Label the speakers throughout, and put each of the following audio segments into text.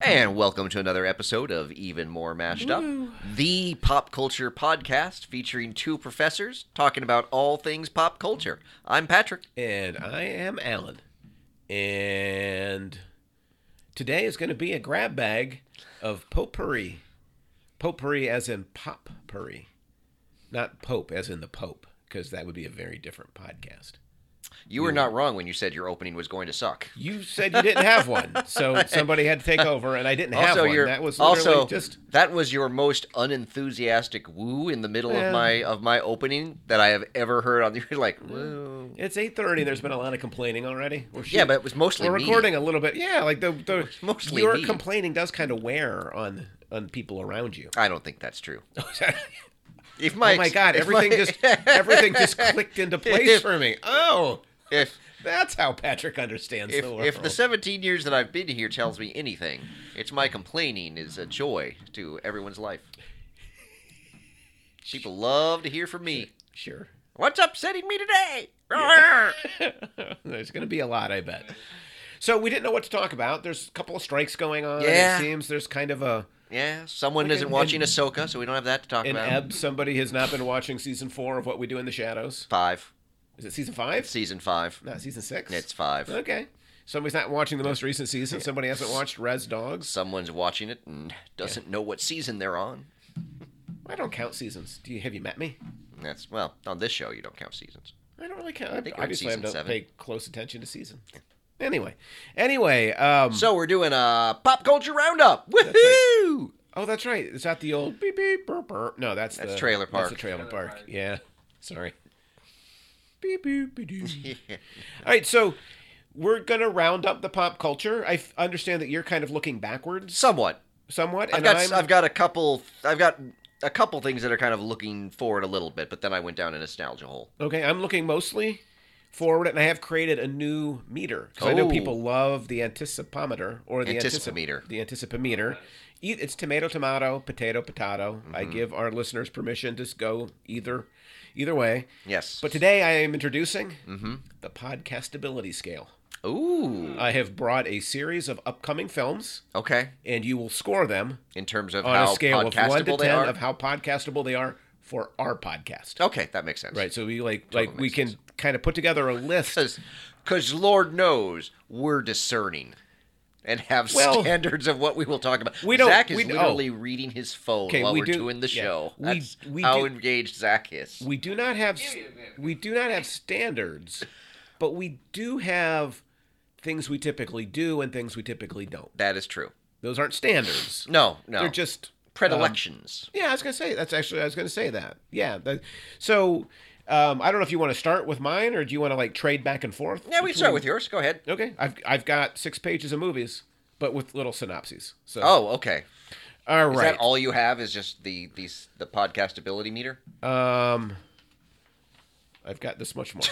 Speaker 1: And welcome to another episode of Even More Mashed Up, the pop culture podcast featuring two professors talking about all things pop culture. I'm Patrick.
Speaker 2: And I am Alan. And today is going to be a grab bag of potpourri. Potpourri as in potpourri. Not Pope as in the Pope, because that would be a very different podcast.
Speaker 1: You were not wrong when you said your opening was going to suck.
Speaker 2: You said you didn't have one, so somebody had to take over, and I didn't have
Speaker 1: Also,
Speaker 2: one.
Speaker 1: your
Speaker 2: That was literally
Speaker 1: also
Speaker 2: just
Speaker 1: that was your most unenthusiastic woo in the middle
Speaker 2: Yeah.
Speaker 1: of my of my opening that I have ever heard on the. You're like woo.
Speaker 2: it's eight thirty. There's been a lot of complaining already. We're
Speaker 1: Yeah, but it was mostly
Speaker 2: we're
Speaker 1: me.
Speaker 2: recording a little bit. Yeah, like the, the
Speaker 1: Mostly
Speaker 2: your
Speaker 1: me.
Speaker 2: complaining does kind of wear on on people around you.
Speaker 1: I don't think that's true. If my
Speaker 2: oh my god,
Speaker 1: if
Speaker 2: everything
Speaker 1: my-
Speaker 2: just everything just clicked into place
Speaker 1: If-
Speaker 2: for me. Oh,
Speaker 1: if
Speaker 2: that's how Patrick understands
Speaker 1: if,
Speaker 2: the world.
Speaker 1: if the 17 years that I've been here tells me anything, it's my complaining is a joy to everyone's life. People love to hear from me.
Speaker 2: sure,
Speaker 1: What's upsetting me today?
Speaker 2: there's going to be a lot, I bet. So we didn't know what to talk about. There's a couple of strikes going on.
Speaker 1: Yeah.
Speaker 2: It seems there's kind of a
Speaker 1: Yeah, someone
Speaker 2: Like
Speaker 1: isn't
Speaker 2: an-
Speaker 1: watching Ahsoka, so we don't have that to talk
Speaker 2: an
Speaker 1: about.
Speaker 2: ebb. Somebody has not been watching season four of What We Do in the Shadows.
Speaker 1: Five,
Speaker 2: Is it season five?
Speaker 1: season five.
Speaker 2: Not season six.
Speaker 1: It's five.
Speaker 2: okay. Somebody's not watching the most recent season. Somebody hasn't watched Res Dogs.
Speaker 1: Someone's watching it and doesn't know what season they're on.
Speaker 2: I don't count seasons. Do you have you met me?
Speaker 1: That's well on this show you don't count seasons.
Speaker 2: I don't really count. I
Speaker 1: think we're in
Speaker 2: obviously, I
Speaker 1: season
Speaker 2: don't
Speaker 1: seven.
Speaker 2: pay close attention to season. Anyway, anyway. Um,
Speaker 1: So we're doing a pop culture roundup. Woohoo!
Speaker 2: oh, that's right. Is that the old beep beep burp burp? No, that's
Speaker 1: That's
Speaker 2: the,
Speaker 1: Trailer Park.
Speaker 2: That's the trailer, park. Yeah. Sorry. Beep beep beep. doo. All right, so we're gonna round up the pop culture. I f- understand that you're kind of looking backwards
Speaker 1: Somewhat.
Speaker 2: somewhat,
Speaker 1: I've
Speaker 2: and
Speaker 1: got
Speaker 2: I'm
Speaker 1: I've got a couple I've got a couple things that are kind of looking forward a little bit, but then I went down a nostalgia hole.
Speaker 2: Okay, I'm looking mostly forward, and I have created a new meter. 'Cause I know
Speaker 1: Oh.
Speaker 2: people love the anticipometer or the anticip-
Speaker 1: Anticipometer.
Speaker 2: the anticipometer. Eat, it's tomato, tomato, potato, potato.
Speaker 1: Mm-hmm.
Speaker 2: I give our listeners permission to s- go either, either way.
Speaker 1: Yes.
Speaker 2: But today I am introducing
Speaker 1: Mm-hmm.
Speaker 2: the podcastability scale.
Speaker 1: Ooh.
Speaker 2: I have brought a series of upcoming films,
Speaker 1: Okay.
Speaker 2: and you will score them
Speaker 1: In terms of
Speaker 2: on
Speaker 1: how
Speaker 2: a scale of one to
Speaker 1: podcastable they
Speaker 2: ten
Speaker 1: are.
Speaker 2: of how podcastable they are for our podcast.
Speaker 1: okay, that makes sense.
Speaker 2: Right, so we like like
Speaker 1: makes
Speaker 2: we can kind of put together a list
Speaker 1: Because Lord knows we're discerning and have
Speaker 2: Well-
Speaker 1: standards of what we will talk about.
Speaker 2: We don't-
Speaker 1: Zach is
Speaker 2: we- oh.
Speaker 1: literally reading his phone
Speaker 2: Okay,
Speaker 1: while
Speaker 2: we
Speaker 1: are
Speaker 2: do-
Speaker 1: doing the
Speaker 2: yeah.
Speaker 1: show.
Speaker 2: We-
Speaker 1: That's
Speaker 2: we
Speaker 1: how
Speaker 2: do-
Speaker 1: engaged Zach is.
Speaker 2: we do not have we do not have standards, but we do have things we typically do and things we typically don't.
Speaker 1: that is true.
Speaker 2: Those aren't standards.
Speaker 1: No, no.
Speaker 2: They're just um,
Speaker 1: predilections.
Speaker 2: yeah. I was gonna say that's actually I was gonna say that. Yeah. that- so um, I don't know if you want to start with mine or do you want to like trade back and forth?
Speaker 1: yeah, we can
Speaker 2: between-
Speaker 1: start with yours. Go ahead.
Speaker 2: Okay, I've I've got six pages of movies, but with little synopses. So
Speaker 1: Oh, okay.
Speaker 2: all
Speaker 1: Is
Speaker 2: right.
Speaker 1: that all you have? Is just the these the podcast ability meter?
Speaker 2: um, I've got this much more.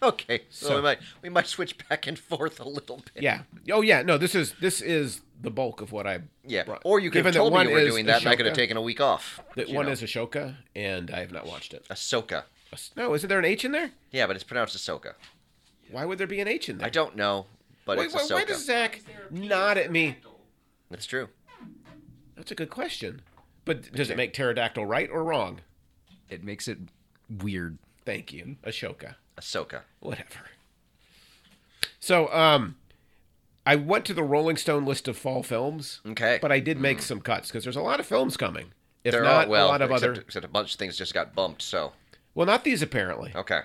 Speaker 1: Okay, so,
Speaker 2: So-
Speaker 1: we might we might switch back and forth a little bit.
Speaker 2: Yeah. Oh yeah. No, this is this is the bulk of what I
Speaker 1: yeah.
Speaker 2: brought.
Speaker 1: Or you could have
Speaker 2: Given that
Speaker 1: told me
Speaker 2: one
Speaker 1: you were
Speaker 2: is
Speaker 1: doing that, and I could have
Speaker 2: Ashoka-
Speaker 1: taken a week off.
Speaker 2: That
Speaker 1: you
Speaker 2: one
Speaker 1: know.
Speaker 2: is Ashoka, and I have not watched it.
Speaker 1: Ahsoka.
Speaker 2: No, isn't there an H in there?
Speaker 1: Yeah, but it's pronounced Ahsoka.
Speaker 2: Why would there be an H in there?
Speaker 1: I don't know, but
Speaker 2: Wait,
Speaker 1: it's
Speaker 2: why,
Speaker 1: Ahsoka.
Speaker 2: why does Zach nod at me?
Speaker 1: That's true.
Speaker 2: That's a good question. But does it make pterodactyl right or wrong?
Speaker 3: It makes it weird.
Speaker 2: Thank you, Ashoka.
Speaker 1: Ahsoka.
Speaker 2: Whatever. So, um, I went to the Rolling Stone list of fall films,
Speaker 1: Okay.
Speaker 2: but I did make some cuts because there's a lot of films coming. If
Speaker 1: There
Speaker 2: not
Speaker 1: are well,
Speaker 2: a lot of
Speaker 1: except,
Speaker 2: other,
Speaker 1: except a bunch of things just got bumped. So
Speaker 2: well, not these apparently.
Speaker 1: okay,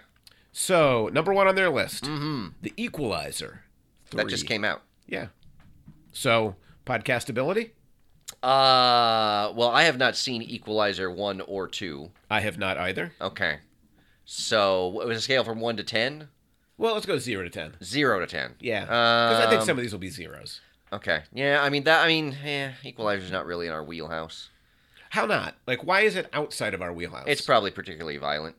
Speaker 2: So number one on their list, The Equalizer.
Speaker 1: Mm-hmm. that just
Speaker 2: Three.
Speaker 1: came out.
Speaker 2: Yeah. So podcastability.
Speaker 1: Uh, well, I have not seen Equalizer one or two.
Speaker 2: I have not either.
Speaker 1: Okay, so what was a scale from one to ten?
Speaker 2: Well, let's go zero to ten.
Speaker 1: Zero to ten.
Speaker 2: Yeah, because I think
Speaker 1: Um,
Speaker 2: some of these will be zeros.
Speaker 1: Okay. Yeah, I mean that. I mean, yeah, Equalizer's not really in our wheelhouse.
Speaker 2: How not? Like, why is it outside of our wheelhouse?
Speaker 1: It's probably particularly violent.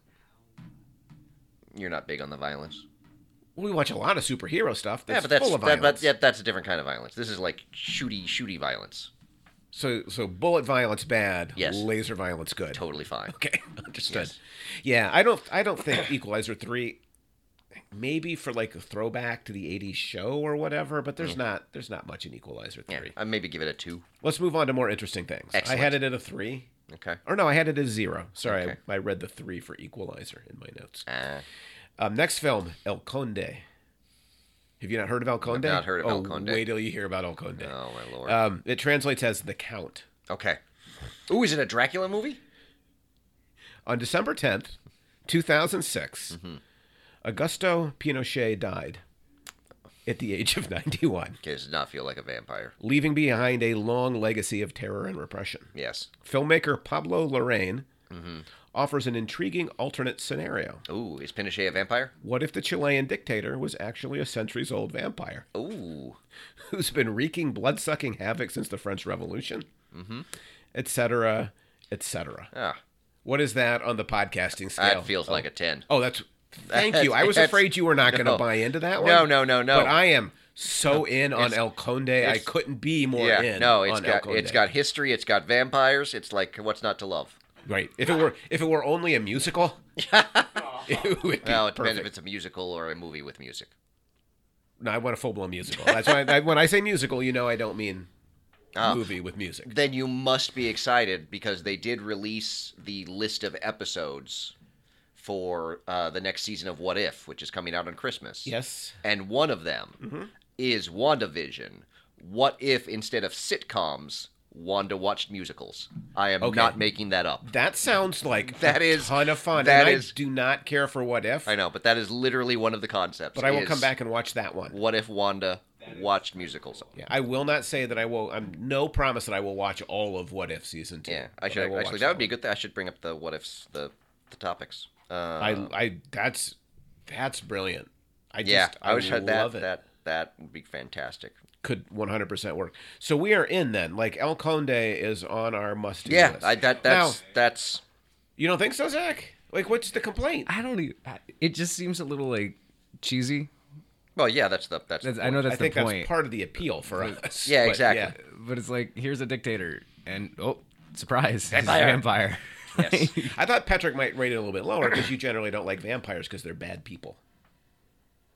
Speaker 1: You're not big on the violence.
Speaker 2: we watch a lot of superhero stuff. That's
Speaker 1: yeah, but that's
Speaker 2: full of
Speaker 1: that,
Speaker 2: violence.
Speaker 1: but yeah, that's a different kind of violence. This is like shooty, shooty violence.
Speaker 2: So, so bullet violence bad.
Speaker 1: Yes.
Speaker 2: Laser violence good.
Speaker 1: Totally fine.
Speaker 2: Okay, understood.
Speaker 1: Yes.
Speaker 2: Yeah, I don't. I don't think Equalizer three maybe for like a throwback to the 80s show or whatever, but there's not there's not much in Equalizer 3.
Speaker 1: Mm. Yeah, I maybe give it a two.
Speaker 2: Let's move on to more interesting things.
Speaker 1: Excellent.
Speaker 2: I had it at a 3.
Speaker 1: Okay.
Speaker 2: Or no, I had it at a 0. Sorry,
Speaker 1: Okay.
Speaker 2: I, I read the 3 for Equalizer in my notes.
Speaker 1: Uh,
Speaker 2: Um, next film, El Conde. Have you not heard of El Conde?
Speaker 1: not heard of
Speaker 2: oh,
Speaker 1: El Conde.
Speaker 2: Wait till you hear about El Conde.
Speaker 1: oh my lord.
Speaker 2: Um, it translates as the Count.
Speaker 1: okay. Ooh, is it a Dracula movie?
Speaker 2: On December 10th, 2006,
Speaker 1: Mm-hmm.
Speaker 2: Augusto Pinochet died at the age of 91,
Speaker 1: Okay, does not feel like a vampire.
Speaker 2: leaving behind a long legacy of terror and repression.
Speaker 1: Yes.
Speaker 2: Filmmaker Pablo Lorraine
Speaker 1: Mm-hmm.
Speaker 2: offers an intriguing alternate scenario.
Speaker 1: Ooh, is Pinochet a vampire?
Speaker 2: What if the Chilean dictator was actually a centuries old vampire
Speaker 1: Ooh.
Speaker 2: who's been wreaking bloodsucking havoc since the French Revolution?
Speaker 1: Mm-hmm.
Speaker 2: Etc., etc.
Speaker 1: Ah,
Speaker 2: What is that on the podcasting
Speaker 1: that
Speaker 2: scale?
Speaker 1: feels like a ten.
Speaker 2: Oh, that's. Thank you. I was
Speaker 1: That's-
Speaker 2: afraid you were not going to
Speaker 1: no.
Speaker 2: buy into that one.
Speaker 1: No, no, no, no.
Speaker 2: But I am so in on
Speaker 1: it's-
Speaker 2: El Conde. I
Speaker 1: it's-
Speaker 2: couldn't be more
Speaker 1: yeah.
Speaker 2: in.
Speaker 1: no, it's
Speaker 2: on El
Speaker 1: got
Speaker 2: Conde.
Speaker 1: it's got history. It's got vampires. It's like what's not to love.
Speaker 2: right. If it were if it were only a musical, it would be
Speaker 1: Well, it depends
Speaker 2: perfect.
Speaker 1: if it's a musical or a movie with music.
Speaker 2: No, I want a full blown musical. That's why I, when I say musical, you know, I don't mean
Speaker 1: Oh.
Speaker 2: movie with music.
Speaker 1: Then you must be excited because they did release the list of episodes for uh, the next season of What If, which is coming out on Christmas.
Speaker 2: Yes.
Speaker 1: And one of them
Speaker 2: Mm-hmm.
Speaker 1: is WandaVision. What if instead of sitcoms, Wanda watched musicals? I am
Speaker 2: Okay.
Speaker 1: not making that up.
Speaker 2: That sounds like
Speaker 1: That
Speaker 2: that is a
Speaker 1: is-
Speaker 2: ton of fun.
Speaker 1: that
Speaker 2: and
Speaker 1: is-
Speaker 2: I do not care for what if,
Speaker 1: I know, but that is literally one of the concepts.
Speaker 2: but I will
Speaker 1: is
Speaker 2: come back and watch that one.
Speaker 1: What if Wanda watched musicals?
Speaker 2: Yeah, I will not say that I will. I'm no promise that I will watch all of What If season two.
Speaker 1: Yeah, I
Speaker 2: but
Speaker 1: should
Speaker 2: will
Speaker 1: actually.
Speaker 2: watch
Speaker 1: That would be a
Speaker 2: one.
Speaker 1: good thing. I should bring up the what ifs, the the topics. Uh,
Speaker 2: I, I that's that's brilliant. I just,
Speaker 1: yeah, I
Speaker 2: I
Speaker 1: always had that.
Speaker 2: love it.
Speaker 1: That that would be fantastic.
Speaker 2: Could 100 percent work. So we are in then. Like El Conde is on our must.
Speaker 1: Yeah,
Speaker 2: list.
Speaker 1: I, that
Speaker 2: Now,
Speaker 1: that's that's
Speaker 2: you don't think so, Zach? Like, what's the complaint?
Speaker 3: I don't even. It just seems a little like cheesy.
Speaker 1: well, yeah, that's the that's.
Speaker 3: That's,
Speaker 1: the
Speaker 3: I know
Speaker 1: point.
Speaker 3: that's
Speaker 2: I think
Speaker 3: the
Speaker 2: that's
Speaker 3: point,
Speaker 2: part of the appeal for us.
Speaker 1: Yeah,
Speaker 2: but
Speaker 1: exactly.
Speaker 3: but it's like here's a dictator, and oh, surprise, he's a
Speaker 1: Vampire.
Speaker 3: vampire.
Speaker 1: Yes.
Speaker 2: I thought Patrick might rate it a little bit lower because you generally don't like vampires because they're bad people.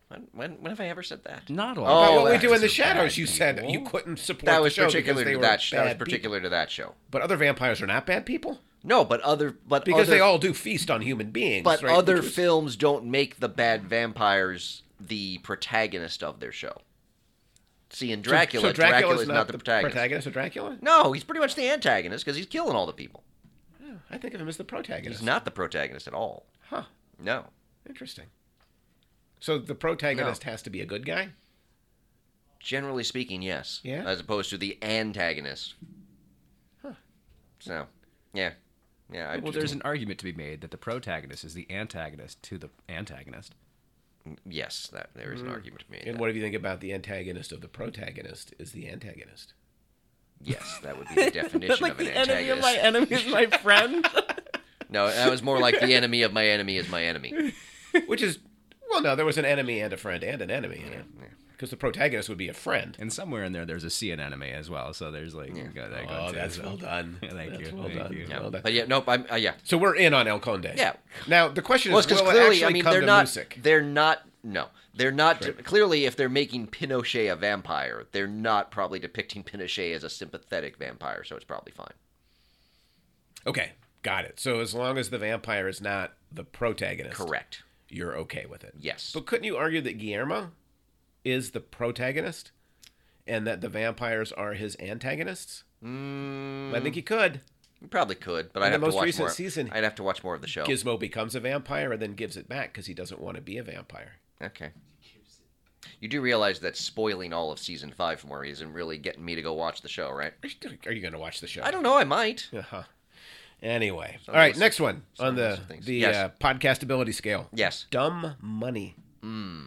Speaker 1: When, when when have I ever said that?
Speaker 3: Not
Speaker 1: Oh,
Speaker 3: all.
Speaker 2: But what we
Speaker 1: that's
Speaker 2: do in the
Speaker 3: just bad
Speaker 2: shadows, you said
Speaker 3: people.
Speaker 2: you couldn't support.
Speaker 1: That
Speaker 2: the
Speaker 1: was
Speaker 2: show because
Speaker 1: particular
Speaker 2: they
Speaker 1: to
Speaker 2: were
Speaker 1: that. sh- That was
Speaker 2: bad people.
Speaker 1: particular to that show.
Speaker 2: But other vampires are not bad people
Speaker 1: No, but other but
Speaker 2: because
Speaker 1: other,
Speaker 2: they all do feast on human beings.
Speaker 1: but
Speaker 2: right?
Speaker 1: other
Speaker 2: Which was-
Speaker 1: films don't make the bad vampires the protagonist of their show. See, in Dracula,
Speaker 2: So
Speaker 1: Dracula,
Speaker 2: Dracula's
Speaker 1: is not, the protagonist.
Speaker 2: of Dracula.
Speaker 1: No, he's pretty much the antagonist because he's killing all the people.
Speaker 2: I think of him as the protagonist.
Speaker 1: He's not the protagonist at all.
Speaker 2: Huh.
Speaker 1: No.
Speaker 2: Interesting. So the protagonist has to be a good guy.
Speaker 1: Generally speaking, yes.
Speaker 2: Yeah?
Speaker 1: As opposed to the antagonist.
Speaker 2: Huh.
Speaker 1: So, yeah. Yeah. I
Speaker 3: Well,
Speaker 1: just-
Speaker 3: there's an argument to be made that the protagonist is the antagonist to the antagonist.
Speaker 1: Yes, that there is an argument to be made.
Speaker 2: Mm. And
Speaker 1: that-
Speaker 2: what do you think about the antagonist of the protagonist? Is the antagonist?
Speaker 1: Yes, that would be the definition of an antagonist.
Speaker 3: enemy is my friend.
Speaker 1: No, that was more like the enemy of my enemy is my enemy.
Speaker 2: Which is, well, no, there was an enemy and a friend and an enemy in it. Because the protagonist would be a friend.
Speaker 3: and somewhere in there, there's a sea anemone as well. So there's like, you got that going
Speaker 2: Oh,
Speaker 3: too,
Speaker 2: that's
Speaker 3: so.
Speaker 2: well done.
Speaker 3: Yeah, thank
Speaker 2: That's
Speaker 3: you,
Speaker 2: Well
Speaker 3: thank
Speaker 2: done.
Speaker 3: you.
Speaker 1: Yeah.
Speaker 2: Well done.
Speaker 1: But yeah, nope. I'm uh, yeah.
Speaker 2: So we're in on El Conde.
Speaker 1: Yeah.
Speaker 2: Now the question
Speaker 1: Well,
Speaker 2: is,
Speaker 1: it's because
Speaker 2: will it
Speaker 1: clearly,
Speaker 2: actually
Speaker 1: I mean,
Speaker 2: come
Speaker 1: they're
Speaker 2: to
Speaker 1: not.
Speaker 2: Music?
Speaker 1: They're not. No, they're not. Clearly, if they're making Pinochet a vampire, they're not probably depicting Pinochet as a sympathetic vampire, so it's probably fine.
Speaker 2: Okay, got it. So as long as the vampire is not the protagonist,
Speaker 1: Correct.
Speaker 2: you're okay with it.
Speaker 1: Yes.
Speaker 2: But couldn't you argue that Guillermo is the protagonist and that the vampires are his antagonists? Mm. I think you could.
Speaker 1: You probably could, but I'd
Speaker 2: the
Speaker 1: have to
Speaker 2: most
Speaker 1: watch
Speaker 2: recent
Speaker 1: more.
Speaker 2: season,
Speaker 1: I'd have to watch more of the show.
Speaker 2: Gizmo becomes a vampire and then gives it back because he doesn't want to be a vampire.
Speaker 1: Okay. You do realize that spoiling all of season five for me isn't really getting me to go watch the show, right?
Speaker 2: Are you- Are you going to watch the show?
Speaker 1: I don't know. I might.
Speaker 2: Uh-huh. Anyway, all right.
Speaker 1: those-
Speaker 2: Next one on the
Speaker 1: those things.
Speaker 2: the
Speaker 1: Yes.
Speaker 2: uh, podcastability scale.
Speaker 1: Yes.
Speaker 2: Dumb money.
Speaker 1: Hmm.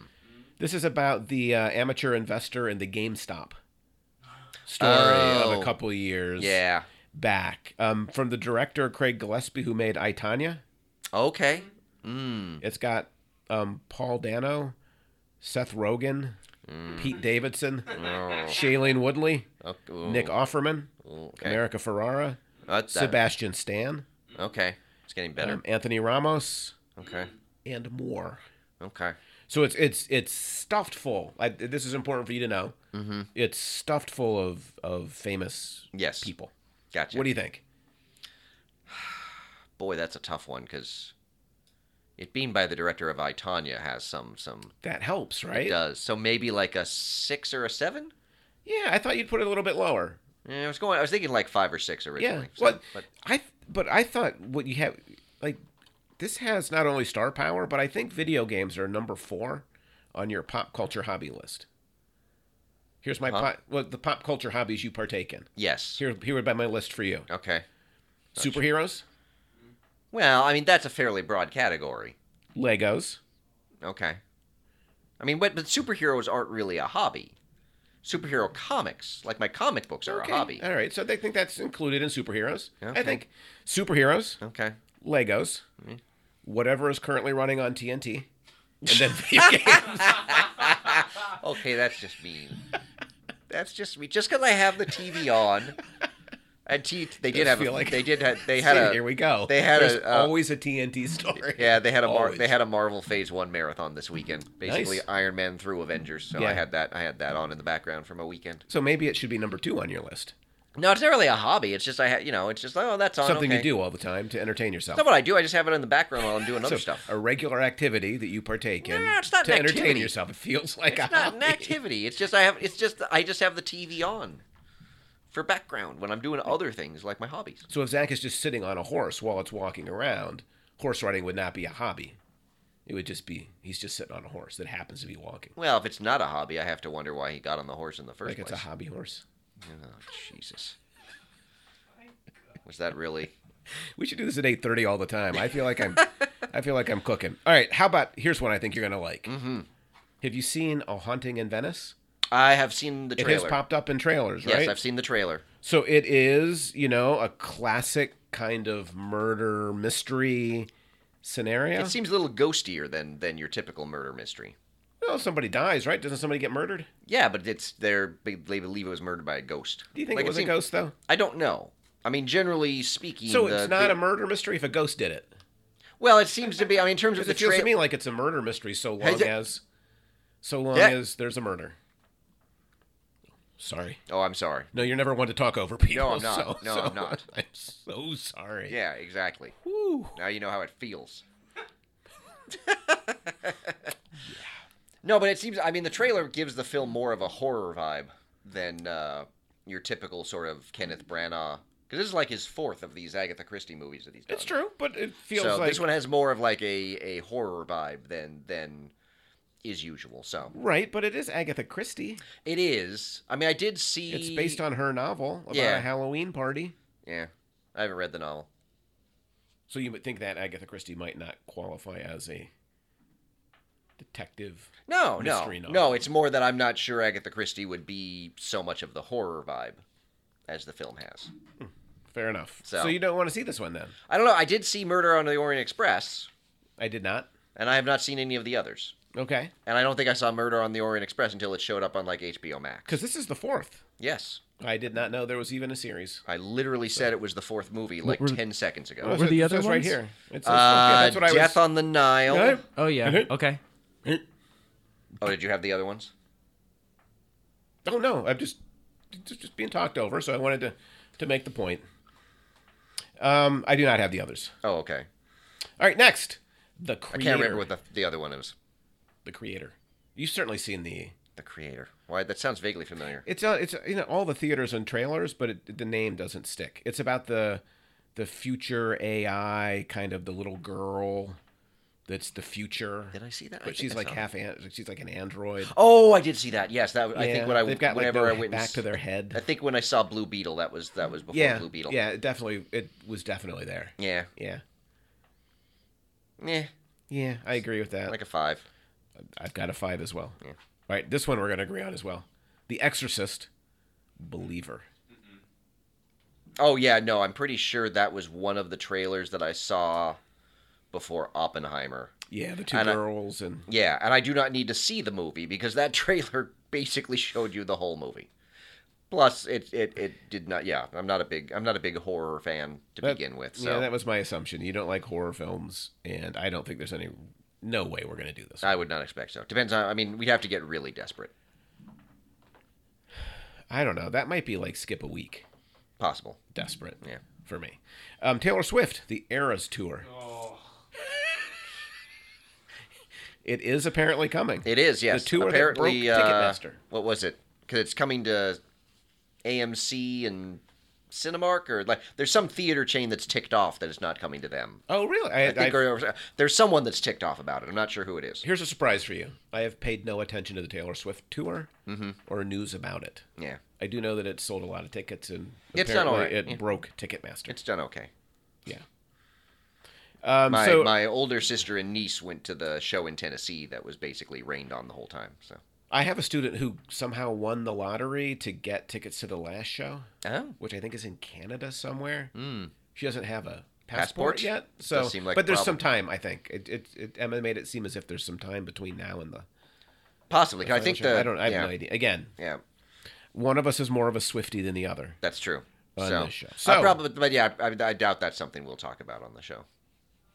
Speaker 2: This is about the uh, amateur investor and the GameStop story of
Speaker 1: Oh.
Speaker 2: a couple years.
Speaker 1: Yeah.
Speaker 2: back um, from the director Craig Gillespie, who made I Tanya.
Speaker 1: Okay. Mm.
Speaker 2: It's got um, Paul Dano, Seth Rogen,
Speaker 1: Hmm.
Speaker 2: Pete Davidson,
Speaker 1: Oh.
Speaker 2: Shailene Woodley,
Speaker 1: Okay.
Speaker 2: Nick Offerman,
Speaker 1: Okay.
Speaker 2: America Ferrara,
Speaker 1: That's that-
Speaker 2: Sebastian Stan,
Speaker 1: Okay. It's getting better.
Speaker 2: um, Anthony Ramos,
Speaker 1: Okay.
Speaker 2: and more.
Speaker 1: Okay.
Speaker 2: So it's it's it's stuffed full. I, this is important for you to know. Mm-hmm. It's stuffed full of of famous
Speaker 1: Yes.
Speaker 2: people.
Speaker 1: Gotcha.
Speaker 2: What do you think?
Speaker 1: Boy, that's a tough one because it being by the director of I Tanya has some some
Speaker 2: That helps, right?
Speaker 1: does so maybe like a six or a seven.
Speaker 2: Yeah, I thought you'd put it a little bit lower.
Speaker 1: Yeah, Eh, I was going. I was thinking like five or six
Speaker 2: Yeah.
Speaker 1: originally. so-
Speaker 2: Well,
Speaker 1: but
Speaker 2: I th- but I thought what you have like this has not only star power, but I think video games are number four on your pop culture hobby list. Here's my
Speaker 1: Huh?
Speaker 2: pop, well, the pop culture hobbies you partake in.
Speaker 1: yes.
Speaker 2: Here, here would be my list for you:
Speaker 1: Okay.
Speaker 2: superheroes,
Speaker 1: Well, I mean that's a fairly broad category.
Speaker 2: Legos.
Speaker 1: Okay. I mean, but, but superheroes aren't really a hobby. Superhero comics, like my comic books, are
Speaker 2: Okay, Uh,
Speaker 1: a hobby.
Speaker 2: All right, so they think that's included in superheroes. I
Speaker 1: Okay. Mm-hmm.
Speaker 2: think superheroes,
Speaker 1: Okay.
Speaker 2: Legos, whatever is currently running on TNT, and then video games.
Speaker 1: Okay, that's just mean. that's just me. Just because I have the TV on, and T, they did
Speaker 2: Does
Speaker 1: have. A,
Speaker 2: feel like-
Speaker 1: they did. Have, they had a.
Speaker 2: here we go.
Speaker 1: They had
Speaker 2: There's
Speaker 1: a. Uh,
Speaker 2: always a TNT story.
Speaker 1: yeah, they had a Mar-
Speaker 2: always.
Speaker 1: they had a Marvel Phase One marathon this weekend. Basically,
Speaker 2: Nice.
Speaker 1: Iron Man through Avengers. So
Speaker 2: Yeah.
Speaker 1: I had that. I had that on in the background from a weekend.
Speaker 2: So maybe it should be number two on your list.
Speaker 1: No, it's not really a hobby. It's just I. Ha- you know, it's just oh, that's on.
Speaker 2: Something you
Speaker 1: okay.
Speaker 2: do all the time to entertain yourself.
Speaker 1: It's not what I do. I just have it in the background while I'm doing
Speaker 2: So
Speaker 1: other stuff.
Speaker 2: a regular activity that you partake in
Speaker 1: No, it's not
Speaker 2: to
Speaker 1: an
Speaker 2: entertain
Speaker 1: activity.
Speaker 2: yourself. It feels like
Speaker 1: It's
Speaker 2: a
Speaker 1: not an
Speaker 2: hobby.
Speaker 1: activity. It's just I have. It's just I just have the TV on for background when I'm doing other things like my hobbies.
Speaker 2: So if Zach is just sitting on a horse while it's walking around, horse riding would not be a hobby. It would just be he's just sitting on a horse that happens to be walking.
Speaker 1: Well, if it's not a hobby, I have to wonder why he got on the horse in the first
Speaker 2: Like it's a
Speaker 1: place.
Speaker 2: hobby horse.
Speaker 1: oh, Jesus. Was that really?
Speaker 2: We should do this at eight thirty all the time. I feel like I'm I feel like I'm cooking. All right, how about here's one I think you're gonna like. Mm-hmm. Have you seen A Haunting in Venice?
Speaker 1: I have seen the
Speaker 2: It
Speaker 1: trailer.
Speaker 2: has popped up in trailers,
Speaker 1: yes,
Speaker 2: right?
Speaker 1: I've seen the trailer.
Speaker 2: So it is, you know, a classic kind of murder mystery scenario.
Speaker 1: It seems a little ghostier than than your typical murder mystery.
Speaker 2: well, somebody dies, right? Doesn't somebody get murdered?
Speaker 1: Yeah, but it's they're they believe it was murdered by a ghost.
Speaker 2: Do you think
Speaker 1: Like,
Speaker 2: it was a
Speaker 1: seem-
Speaker 2: ghost though?
Speaker 1: I don't know. I mean, generally speaking,
Speaker 2: So
Speaker 1: the-
Speaker 2: it's not
Speaker 1: the-
Speaker 2: a murder mystery if a ghost did it.
Speaker 1: well. It seems to be. I mean, in terms of the
Speaker 2: Because it feels to
Speaker 1: trailer,
Speaker 2: me like it's a murder mystery so long
Speaker 1: yeah.
Speaker 2: as so long
Speaker 1: Yeah.
Speaker 2: as there's a murder. Sorry.
Speaker 1: oh, I'm sorry.
Speaker 2: No, you're never one to talk over people.
Speaker 1: I'm not.
Speaker 2: so-
Speaker 1: No,
Speaker 2: so-
Speaker 1: I'm not.
Speaker 2: I'm so sorry.
Speaker 1: Yeah, exactly.
Speaker 2: Woo.
Speaker 1: Now you know how it feels. No, but it seems. I mean, the trailer gives the film more of a horror vibe than uh, your typical sort of Kenneth Branagh. Because this is like his fourth of these Agatha Christie movies that he's done.
Speaker 2: It's true, but it feels
Speaker 1: so
Speaker 2: like
Speaker 1: this one has more of like a, a horror vibe than than is usual. So
Speaker 2: right, but it is Agatha Christie.
Speaker 1: it is. I mean, I did see.
Speaker 2: It's based on her novel about
Speaker 1: Yeah.
Speaker 2: a Halloween party.
Speaker 1: Yeah, I haven't read the novel.
Speaker 2: So you would think that Agatha Christie might not qualify as a detective.
Speaker 1: No,
Speaker 2: mystery
Speaker 1: no,
Speaker 2: novel.
Speaker 1: no. It's more that I'm not sure Agatha Christie would be so much of the horror vibe as the film has.
Speaker 2: Fair enough. So,
Speaker 1: So-
Speaker 2: you don't want to see this one then?
Speaker 1: I don't know. I did see Murder on the Orient Express,
Speaker 2: I did not.
Speaker 1: and I have not seen any of the others.
Speaker 2: Okay.
Speaker 1: And I don't think I saw Murder on the Orient Express until it showed up on like HBO Max.
Speaker 2: Because this is the fourth.
Speaker 1: Yes,
Speaker 2: I did not know there was even a series.
Speaker 1: I literally said it was the fourth movie like
Speaker 3: were-
Speaker 1: ten seconds ago.
Speaker 3: What were the
Speaker 2: It
Speaker 3: other
Speaker 2: says right
Speaker 3: ones?
Speaker 2: here. It says,
Speaker 1: Uh,
Speaker 2: okay, that's what I
Speaker 1: Death
Speaker 2: was.
Speaker 1: on the Nile.
Speaker 2: Nope.
Speaker 3: Oh yeah.
Speaker 2: Mhm.
Speaker 3: okay.
Speaker 1: Oh, did you have the other ones?
Speaker 2: Oh no, I'm just just just being talked over, so I wanted to to make the point. Um, I do not have the others.
Speaker 1: Oh, okay.
Speaker 2: All right, next, the
Speaker 1: I
Speaker 2: creator.
Speaker 1: can't remember what the, the other one is.
Speaker 2: the creator. You've certainly seen the.
Speaker 1: The creator. Why? That sounds vaguely familiar.
Speaker 2: It's uh, it's you know all the theaters and trailers, but it, the name doesn't stick. It's about the the future AI kind of the little girl that's the future.
Speaker 1: Did I see that? I
Speaker 2: But
Speaker 1: think
Speaker 2: she's
Speaker 1: I
Speaker 2: like
Speaker 1: saw
Speaker 2: half an, she's like an android.
Speaker 1: Oh, I did see that. Yes, that I
Speaker 2: Yeah,
Speaker 1: think when I
Speaker 2: they've got like
Speaker 1: whenever
Speaker 2: their
Speaker 1: I went and
Speaker 2: back
Speaker 1: s-
Speaker 2: to their head.
Speaker 1: I think when I saw Blue Beetle, that was that was before
Speaker 2: yeah,
Speaker 1: Blue Beetle.
Speaker 2: yeah, it definitely. It was definitely there.
Speaker 1: yeah,
Speaker 2: Yeah,
Speaker 1: yeah,
Speaker 2: yeah, I agree with that.
Speaker 1: like a five.
Speaker 2: I've got a five as well. All right, this one we're gonna agree on as well. The Exorcist, Believer.
Speaker 1: Oh yeah, no, I'm pretty sure that was one of the trailers that I saw before Oppenheimer.
Speaker 2: Yeah, the two
Speaker 1: And I-
Speaker 2: girls and
Speaker 1: Yeah, and I do not need to see the movie because that trailer basically showed you the whole movie. Plus, it it, it did not. Yeah, I'm not a big I'm not a big horror fan to
Speaker 2: That-
Speaker 1: begin with. So
Speaker 2: Yeah, that was my assumption. You don't like horror films, and I don't think there's any no way we're going to do this.
Speaker 1: I would not expect so. Depends on. I mean, we'd have to get really desperate.
Speaker 2: I don't know. That might be like skip a week.
Speaker 1: Possible.
Speaker 2: Desperate.
Speaker 1: Yeah.
Speaker 2: For me. Um, Taylor Swift, the Eras Tour.
Speaker 1: Oh.
Speaker 2: it is apparently coming.
Speaker 1: It is. Yes.
Speaker 2: The tour that
Speaker 1: Apparently,
Speaker 2: broke
Speaker 1: uh,
Speaker 2: Ticketmaster.
Speaker 1: What was it? Because it's coming to AMC and Cinemark, or like there's some theater chain that's ticked off that it's not coming to them.
Speaker 2: oh, really?
Speaker 1: I think
Speaker 2: I've-
Speaker 1: or, there's someone that's ticked off about it. I'm not sure who it is.
Speaker 2: Here's a surprise for you. I have paid no attention to the Taylor Swift tour
Speaker 1: Mm-hmm.
Speaker 2: or news about it.
Speaker 1: Yeah.
Speaker 2: I do know that it sold a lot of tickets and
Speaker 1: It's done
Speaker 2: apparently
Speaker 1: all right,
Speaker 2: it
Speaker 1: yeah.
Speaker 2: broke Ticketmaster.
Speaker 1: It's done okay.
Speaker 2: yeah. Um,
Speaker 1: My
Speaker 2: so
Speaker 1: my older sister and niece went to the show in Tennessee that was basically rained on the whole time. So.
Speaker 2: I have a student who somehow won the lottery to get tickets to the last show,
Speaker 1: Oh.
Speaker 2: which I think is in Canada somewhere. She doesn't have a
Speaker 1: Hmm.
Speaker 2: passport,
Speaker 1: Passport?
Speaker 2: yet, so
Speaker 1: seem like a
Speaker 2: but there's
Speaker 1: problem.
Speaker 2: some time. I think it, it it Emma made it seem as if there's some time between now and the.
Speaker 1: Possibly. 'cause I think the.
Speaker 2: I don't. I have
Speaker 1: yeah,
Speaker 2: no idea. Again,
Speaker 1: Yeah.
Speaker 2: one of us is more of a Swifty than the other.
Speaker 1: That's true.
Speaker 2: On
Speaker 1: so,
Speaker 2: this show.
Speaker 1: I
Speaker 2: So-
Speaker 1: probably, but yeah, I, I doubt that's something we'll talk about on the show.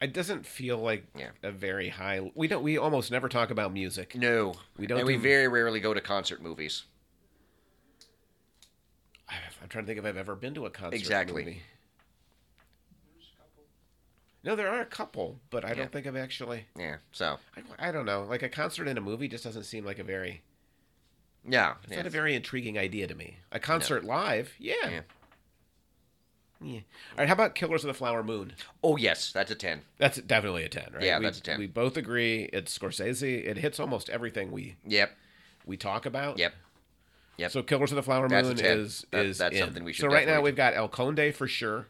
Speaker 2: It doesn't feel like
Speaker 1: Yeah.
Speaker 2: a very high. We don't. We almost never talk about music.
Speaker 1: No,
Speaker 2: We don't
Speaker 1: And we
Speaker 2: do-
Speaker 1: very rarely go to concert movies.
Speaker 2: I- I'm trying to think if I've ever been to a concert.
Speaker 1: Exactly.
Speaker 2: movie. No, there are a couple, but I
Speaker 1: Yeah.
Speaker 2: don't think I've actually.
Speaker 1: Yeah. So
Speaker 2: I, I don't know. Like a concert in a movie just doesn't seem like a very.
Speaker 1: yeah,
Speaker 2: It's
Speaker 1: yeah.
Speaker 2: not a very intriguing idea to me. A concert live, yeah.
Speaker 1: Yeah.
Speaker 2: yeah. All right. How about Killers of the Flower Moon?
Speaker 1: oh yes, that's a ten.
Speaker 2: That's definitely a ten, right?
Speaker 1: Yeah,
Speaker 2: we,
Speaker 1: that's a 10.
Speaker 2: We both agree it's Scorsese. It hits almost everything we
Speaker 1: Yep.
Speaker 2: we talk about.
Speaker 1: Yep. Yep.
Speaker 2: So Killers of the Flower
Speaker 1: That's a
Speaker 2: Moon
Speaker 1: 10.
Speaker 2: is
Speaker 1: That-
Speaker 2: is
Speaker 1: that's
Speaker 2: in.
Speaker 1: something we should
Speaker 2: So right now
Speaker 1: definitely
Speaker 2: we've got El Conde for sure.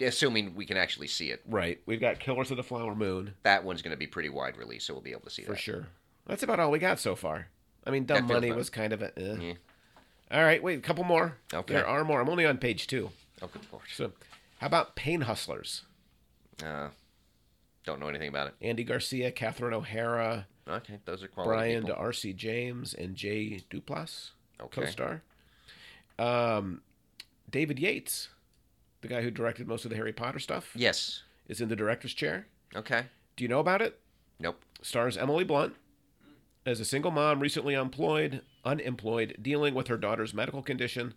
Speaker 1: Assuming we can actually see it,
Speaker 2: Right. We've got Killers of the Flower Moon
Speaker 1: that one's going to be pretty wide release, so we'll be able to see
Speaker 2: for
Speaker 1: that.
Speaker 2: sure. That's about all we got so far. I mean,
Speaker 1: That
Speaker 2: Dumb
Speaker 1: feels
Speaker 2: Money
Speaker 1: about-
Speaker 2: was kind of a. Eh. All right, wait, a couple more.
Speaker 1: Okay.
Speaker 2: There are more. I'm only on page two.
Speaker 1: Oh good lord.
Speaker 2: So, how about Pain Hustlers?
Speaker 1: Uh, don't know anything about it.
Speaker 2: Andy Garcia, Catherine O'Hara,
Speaker 1: Okay, those are quality
Speaker 2: Brian
Speaker 1: people.
Speaker 2: R.C. James, and Jay Duplass,
Speaker 1: Okay.
Speaker 2: co-star. Um, David Yates, the guy who directed most of the Harry Potter stuff,
Speaker 1: Yes.
Speaker 2: is in the director's chair.
Speaker 1: Okay.
Speaker 2: Do you know about it?
Speaker 1: Nope.
Speaker 2: stars Emily Blunt as a single mom recently employed, unemployed, dealing with her daughter's medical condition.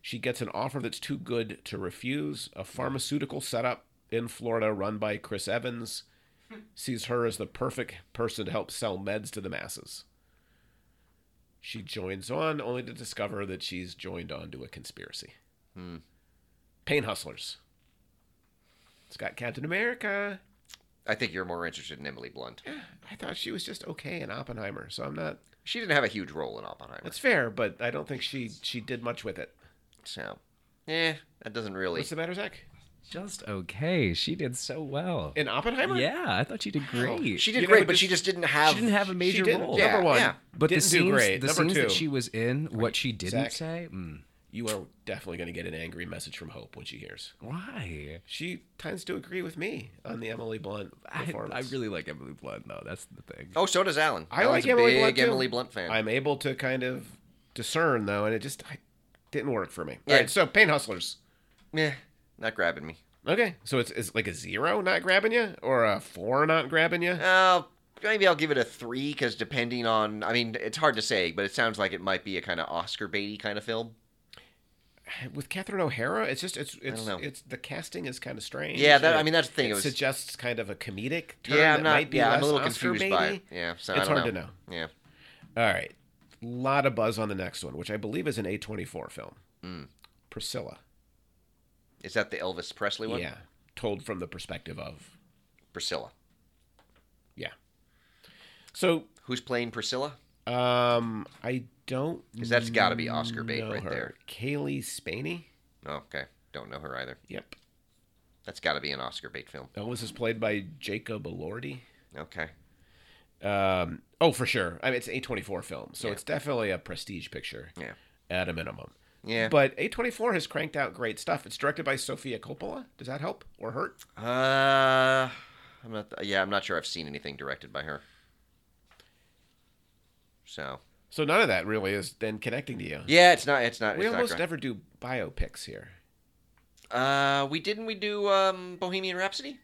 Speaker 2: She gets an offer that's too good to refuse. A pharmaceutical setup in Florida run by Chris Evans sees her as the perfect person to help sell meds to the masses. She joins on only to discover that she's joined on to a conspiracy. Pain Hustlers. It's got Captain America.
Speaker 1: I think you're more interested in Emily Blunt.
Speaker 2: I thought she was just okay in Oppenheimer, so I'm not.
Speaker 1: She didn't have a huge role in Oppenheimer,
Speaker 2: That's fair, but I don't think she she did much with it.
Speaker 1: so eh, that doesn't really.
Speaker 2: What's the matter, Zach?
Speaker 3: Just okay. She did so well.
Speaker 2: In Oppenheimer,
Speaker 3: Yeah, I thought she did great.
Speaker 1: She
Speaker 2: You
Speaker 1: did
Speaker 2: know,
Speaker 1: great,
Speaker 2: it
Speaker 1: but
Speaker 2: just-
Speaker 1: she just didn't have.
Speaker 3: She didn't have a
Speaker 2: she
Speaker 3: major
Speaker 2: didn't.
Speaker 3: role.
Speaker 1: Yeah,
Speaker 2: Number one,
Speaker 1: yeah.
Speaker 3: But
Speaker 2: didn't
Speaker 3: the
Speaker 2: do
Speaker 3: scenes,
Speaker 2: great.
Speaker 3: the
Speaker 2: Number
Speaker 3: scenes
Speaker 2: two,
Speaker 3: that she was in, what she didn't
Speaker 2: Zach.
Speaker 3: say, mm,
Speaker 2: you are definitely going to get an angry message from Hope when she hears.
Speaker 3: why?
Speaker 2: She tends to agree with me on the Emily Blunt
Speaker 3: I,
Speaker 2: performance.
Speaker 3: I really like Emily Blunt though. That's the thing.
Speaker 1: Oh, so does Alan.
Speaker 2: I
Speaker 1: Alan's
Speaker 2: like Emily
Speaker 1: a
Speaker 2: Blunt.
Speaker 1: big
Speaker 2: too.
Speaker 1: Emily Blunt fan.
Speaker 2: I'm able to kind of discern though, and it just I, didn't work for me. All right,
Speaker 1: Yeah.
Speaker 2: so Pain Hustlers.
Speaker 1: Meh, not grabbing me.
Speaker 2: Okay, so it's, it's like a zero not grabbing you, or a four not grabbing you.
Speaker 1: Uh, maybe I'll give it a three because depending on, I mean, it's hard to say, but it sounds like it might be a kind of Oscar baity kind of film.
Speaker 2: with Catherine O'Hara, it's just it's it's
Speaker 1: know.
Speaker 2: it's the casting is kind of strange.
Speaker 1: Yeah, that
Speaker 2: It-
Speaker 1: I mean that's the thing.
Speaker 2: it
Speaker 1: It was
Speaker 2: suggests kind of a comedic.
Speaker 1: yeah,
Speaker 2: Term that
Speaker 1: I'm not.
Speaker 2: Might be
Speaker 1: Yeah, I'm
Speaker 2: less
Speaker 1: a little
Speaker 2: Oscar
Speaker 1: confused by it.
Speaker 2: baity.
Speaker 1: Yeah, so I
Speaker 2: It's
Speaker 1: don't
Speaker 2: hard
Speaker 1: know.
Speaker 2: to know.
Speaker 1: Yeah,
Speaker 2: All right, lot of buzz on the next one, which I believe is an A24 film.
Speaker 1: Hmm.
Speaker 2: Priscilla.
Speaker 1: is that the Elvis Presley one?
Speaker 2: Yeah, told from the perspective of
Speaker 1: Priscilla.
Speaker 2: yeah. So
Speaker 1: Who's playing Priscilla?
Speaker 2: um, I don't.
Speaker 1: 'Cause that's got to be Oscar bait
Speaker 2: know
Speaker 1: right
Speaker 2: her.
Speaker 1: there.
Speaker 2: Kaylee Spaney.
Speaker 1: Oh, okay, don't know her either.
Speaker 2: Yep.
Speaker 1: That's got to be an Oscar bait film.
Speaker 2: Elvis is played by Jacob Elordi.
Speaker 1: Okay,
Speaker 2: Um, oh, for sure. I mean, it's an A24 film, so it's definitely a prestige picture
Speaker 1: yeah,
Speaker 2: at a minimum.
Speaker 1: yeah.
Speaker 2: But A24 has cranked out great stuff. It's directed by Sofia Coppola. Does that help or hurt?
Speaker 1: uh, I'm not. Yeah, I'm not sure I've seen anything directed by her. So
Speaker 2: So none of that really is then connecting to you.
Speaker 1: yeah, it's not. It's not.
Speaker 2: we
Speaker 1: it's not
Speaker 2: almost
Speaker 1: great.
Speaker 2: never do biopics here.
Speaker 1: Uh, we didn't we do um, Bohemian Rhapsody?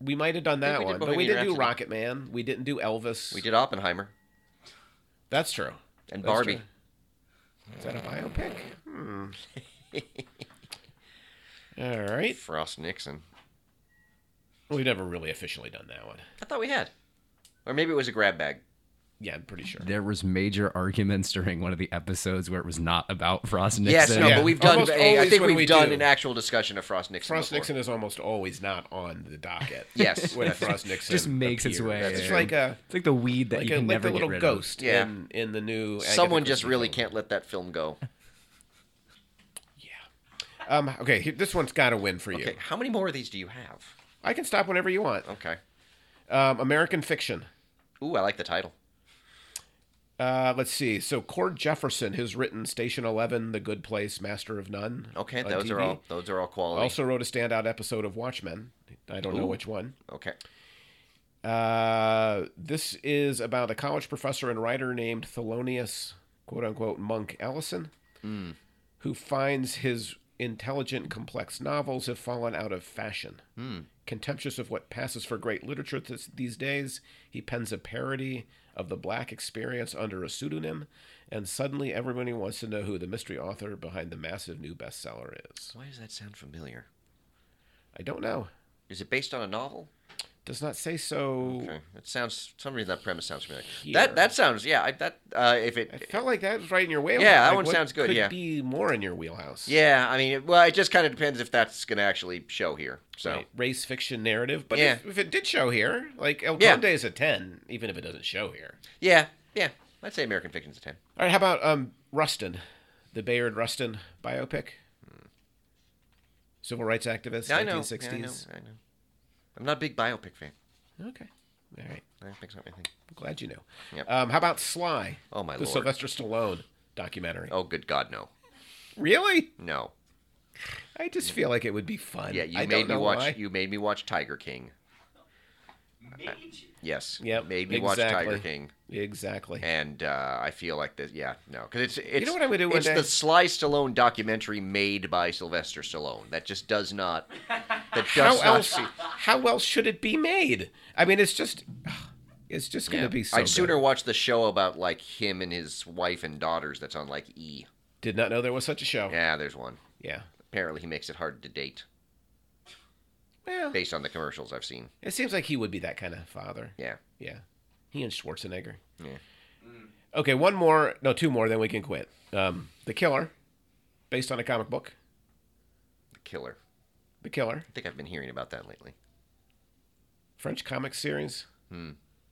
Speaker 2: we might have done
Speaker 1: think
Speaker 2: that
Speaker 1: we did
Speaker 2: one, but we
Speaker 1: Bohemian
Speaker 2: did do
Speaker 1: Rhapsody.
Speaker 2: Rocket Man. We didn't do Elvis.
Speaker 1: We did Oppenheimer
Speaker 2: That's true.
Speaker 1: and
Speaker 2: That's
Speaker 1: Barbie.
Speaker 2: true. Is that a biopic? Hmm. All right.
Speaker 1: Frost Nixon.
Speaker 2: We've never really officially done that one.
Speaker 1: I thought we had, or maybe it was a grab bag.
Speaker 2: Yeah, I'm pretty sure.
Speaker 3: There was major arguments during one of the episodes where it was not about Frost Nixon.
Speaker 1: Yes, no,
Speaker 2: Yeah.
Speaker 1: but we've done.
Speaker 2: Almost
Speaker 1: A, I
Speaker 2: always
Speaker 1: think
Speaker 2: when
Speaker 1: we've
Speaker 2: we
Speaker 1: done
Speaker 2: do.
Speaker 1: an actual discussion of Frost Nixon.
Speaker 2: Frost
Speaker 1: before.
Speaker 2: Nixon is almost always not on the docket.
Speaker 1: Yes.
Speaker 2: when Frost Nixon
Speaker 3: Just makes its
Speaker 2: appears.
Speaker 3: way
Speaker 2: It's
Speaker 3: in.
Speaker 2: like a
Speaker 3: It's like the weed that
Speaker 2: like,
Speaker 3: you
Speaker 2: a,
Speaker 3: can
Speaker 2: like
Speaker 3: never
Speaker 2: the
Speaker 3: get
Speaker 2: little
Speaker 3: rid
Speaker 2: ghost
Speaker 1: Yeah.
Speaker 2: in, in the new. Agatha
Speaker 1: Someone just
Speaker 2: Christie
Speaker 1: really
Speaker 2: film.
Speaker 1: can't let that film go.
Speaker 2: Um, okay, here- this one's got to win for you.
Speaker 1: Okay, how many more of these do you have?
Speaker 2: I can stop whenever you want.
Speaker 1: Okay.
Speaker 2: Um, American fiction.
Speaker 1: Ooh, I like the title.
Speaker 2: Uh, let's see. So Cord Jefferson has written Station Eleven, The Good Place, Master of None.
Speaker 1: Okay,
Speaker 2: on
Speaker 1: those are
Speaker 2: TV.
Speaker 1: all those are all quality.
Speaker 2: Also wrote a standout episode of Watchmen. I don't know which one.
Speaker 1: okay.
Speaker 2: Uh, this is about a college professor and writer named Thelonious, quote unquote, monk Ellison, who finds his intelligent, complex novels have fallen out of fashion. Contemptuous of what passes for great literature th- these days, he pens a parody of the black experience under a pseudonym, and suddenly everybody wants to know who the mystery author behind the massive new bestseller is.
Speaker 1: Why does that sound familiar?
Speaker 2: I don't know.
Speaker 1: Is it based on a novel?
Speaker 2: Does not say so.
Speaker 1: Okay. It sounds. For some reason that premise sounds familiar.
Speaker 2: Here.
Speaker 1: That that sounds. Yeah. I, that uh, if
Speaker 2: I
Speaker 1: it.
Speaker 2: felt like that was right in your wheelhouse.
Speaker 1: Yeah, that
Speaker 2: Like,
Speaker 1: one
Speaker 2: what
Speaker 1: sounds good,
Speaker 2: Could
Speaker 1: yeah.
Speaker 2: be more in your wheelhouse.
Speaker 1: Yeah. I mean, it, well, it just kind of depends if that's going to actually show here. So.
Speaker 2: Right, race fiction narrative. But
Speaker 1: Yeah.
Speaker 2: if, if it did show here, like El
Speaker 1: Yeah.
Speaker 2: Conde is a ten, even if it doesn't show here.
Speaker 1: Yeah. Yeah. I'd say American Fiction's a ten.
Speaker 2: All right, how about um Rustin, the Bayard Rustin biopic, civil rights activist,
Speaker 1: Yeah, I know.
Speaker 2: nineteen
Speaker 1: Yeah, I know.
Speaker 2: sixties.
Speaker 1: I know. I'm not a big biopic fan.
Speaker 2: Okay, all right,
Speaker 1: That picks up my thing.
Speaker 2: I'm glad you know.
Speaker 1: Yep.
Speaker 2: Um, how about Sly?
Speaker 1: Oh, my
Speaker 2: the
Speaker 1: lord.
Speaker 2: Sylvester Stallone documentary.
Speaker 1: Oh, good God, no.
Speaker 2: Really?
Speaker 1: No.
Speaker 2: I just feel like it would be fun.
Speaker 1: Yeah, you
Speaker 2: I
Speaker 1: made
Speaker 2: don't
Speaker 1: me
Speaker 2: know
Speaker 1: watch.
Speaker 2: why.
Speaker 1: You made me watch Tiger King. Uh, Yes.
Speaker 2: Yep,
Speaker 1: Made me watch
Speaker 2: exactly.
Speaker 1: Tiger King,
Speaker 2: Exactly.
Speaker 1: and uh, I feel like this. Yeah, no, because it's it's.
Speaker 2: know what I would do one
Speaker 1: It's
Speaker 2: day?
Speaker 1: the Sly Stallone documentary made by Sylvester Stallone that just does not. That
Speaker 2: how
Speaker 1: does not
Speaker 2: else
Speaker 1: see-
Speaker 2: how else should it be made i mean it's just it's just gonna
Speaker 1: Yeah.
Speaker 2: be so
Speaker 1: I'd
Speaker 2: good.
Speaker 1: sooner watch the show about like him and his wife and daughters that's on like E.
Speaker 2: did not know there was such a show yeah,
Speaker 1: Yeah, there's one. Apparently, he makes it hard to date
Speaker 2: Well,
Speaker 1: based on the commercials I've seen.
Speaker 2: it seems like he would be that kind of father
Speaker 1: Yeah.
Speaker 2: yeah he and schwarzenegger Mm.
Speaker 1: Yeah.
Speaker 2: okay one more no two more then we can quit um the killer based on a comic book
Speaker 1: The killer.
Speaker 2: the killer
Speaker 1: I think I've been hearing about that lately.
Speaker 2: french comic series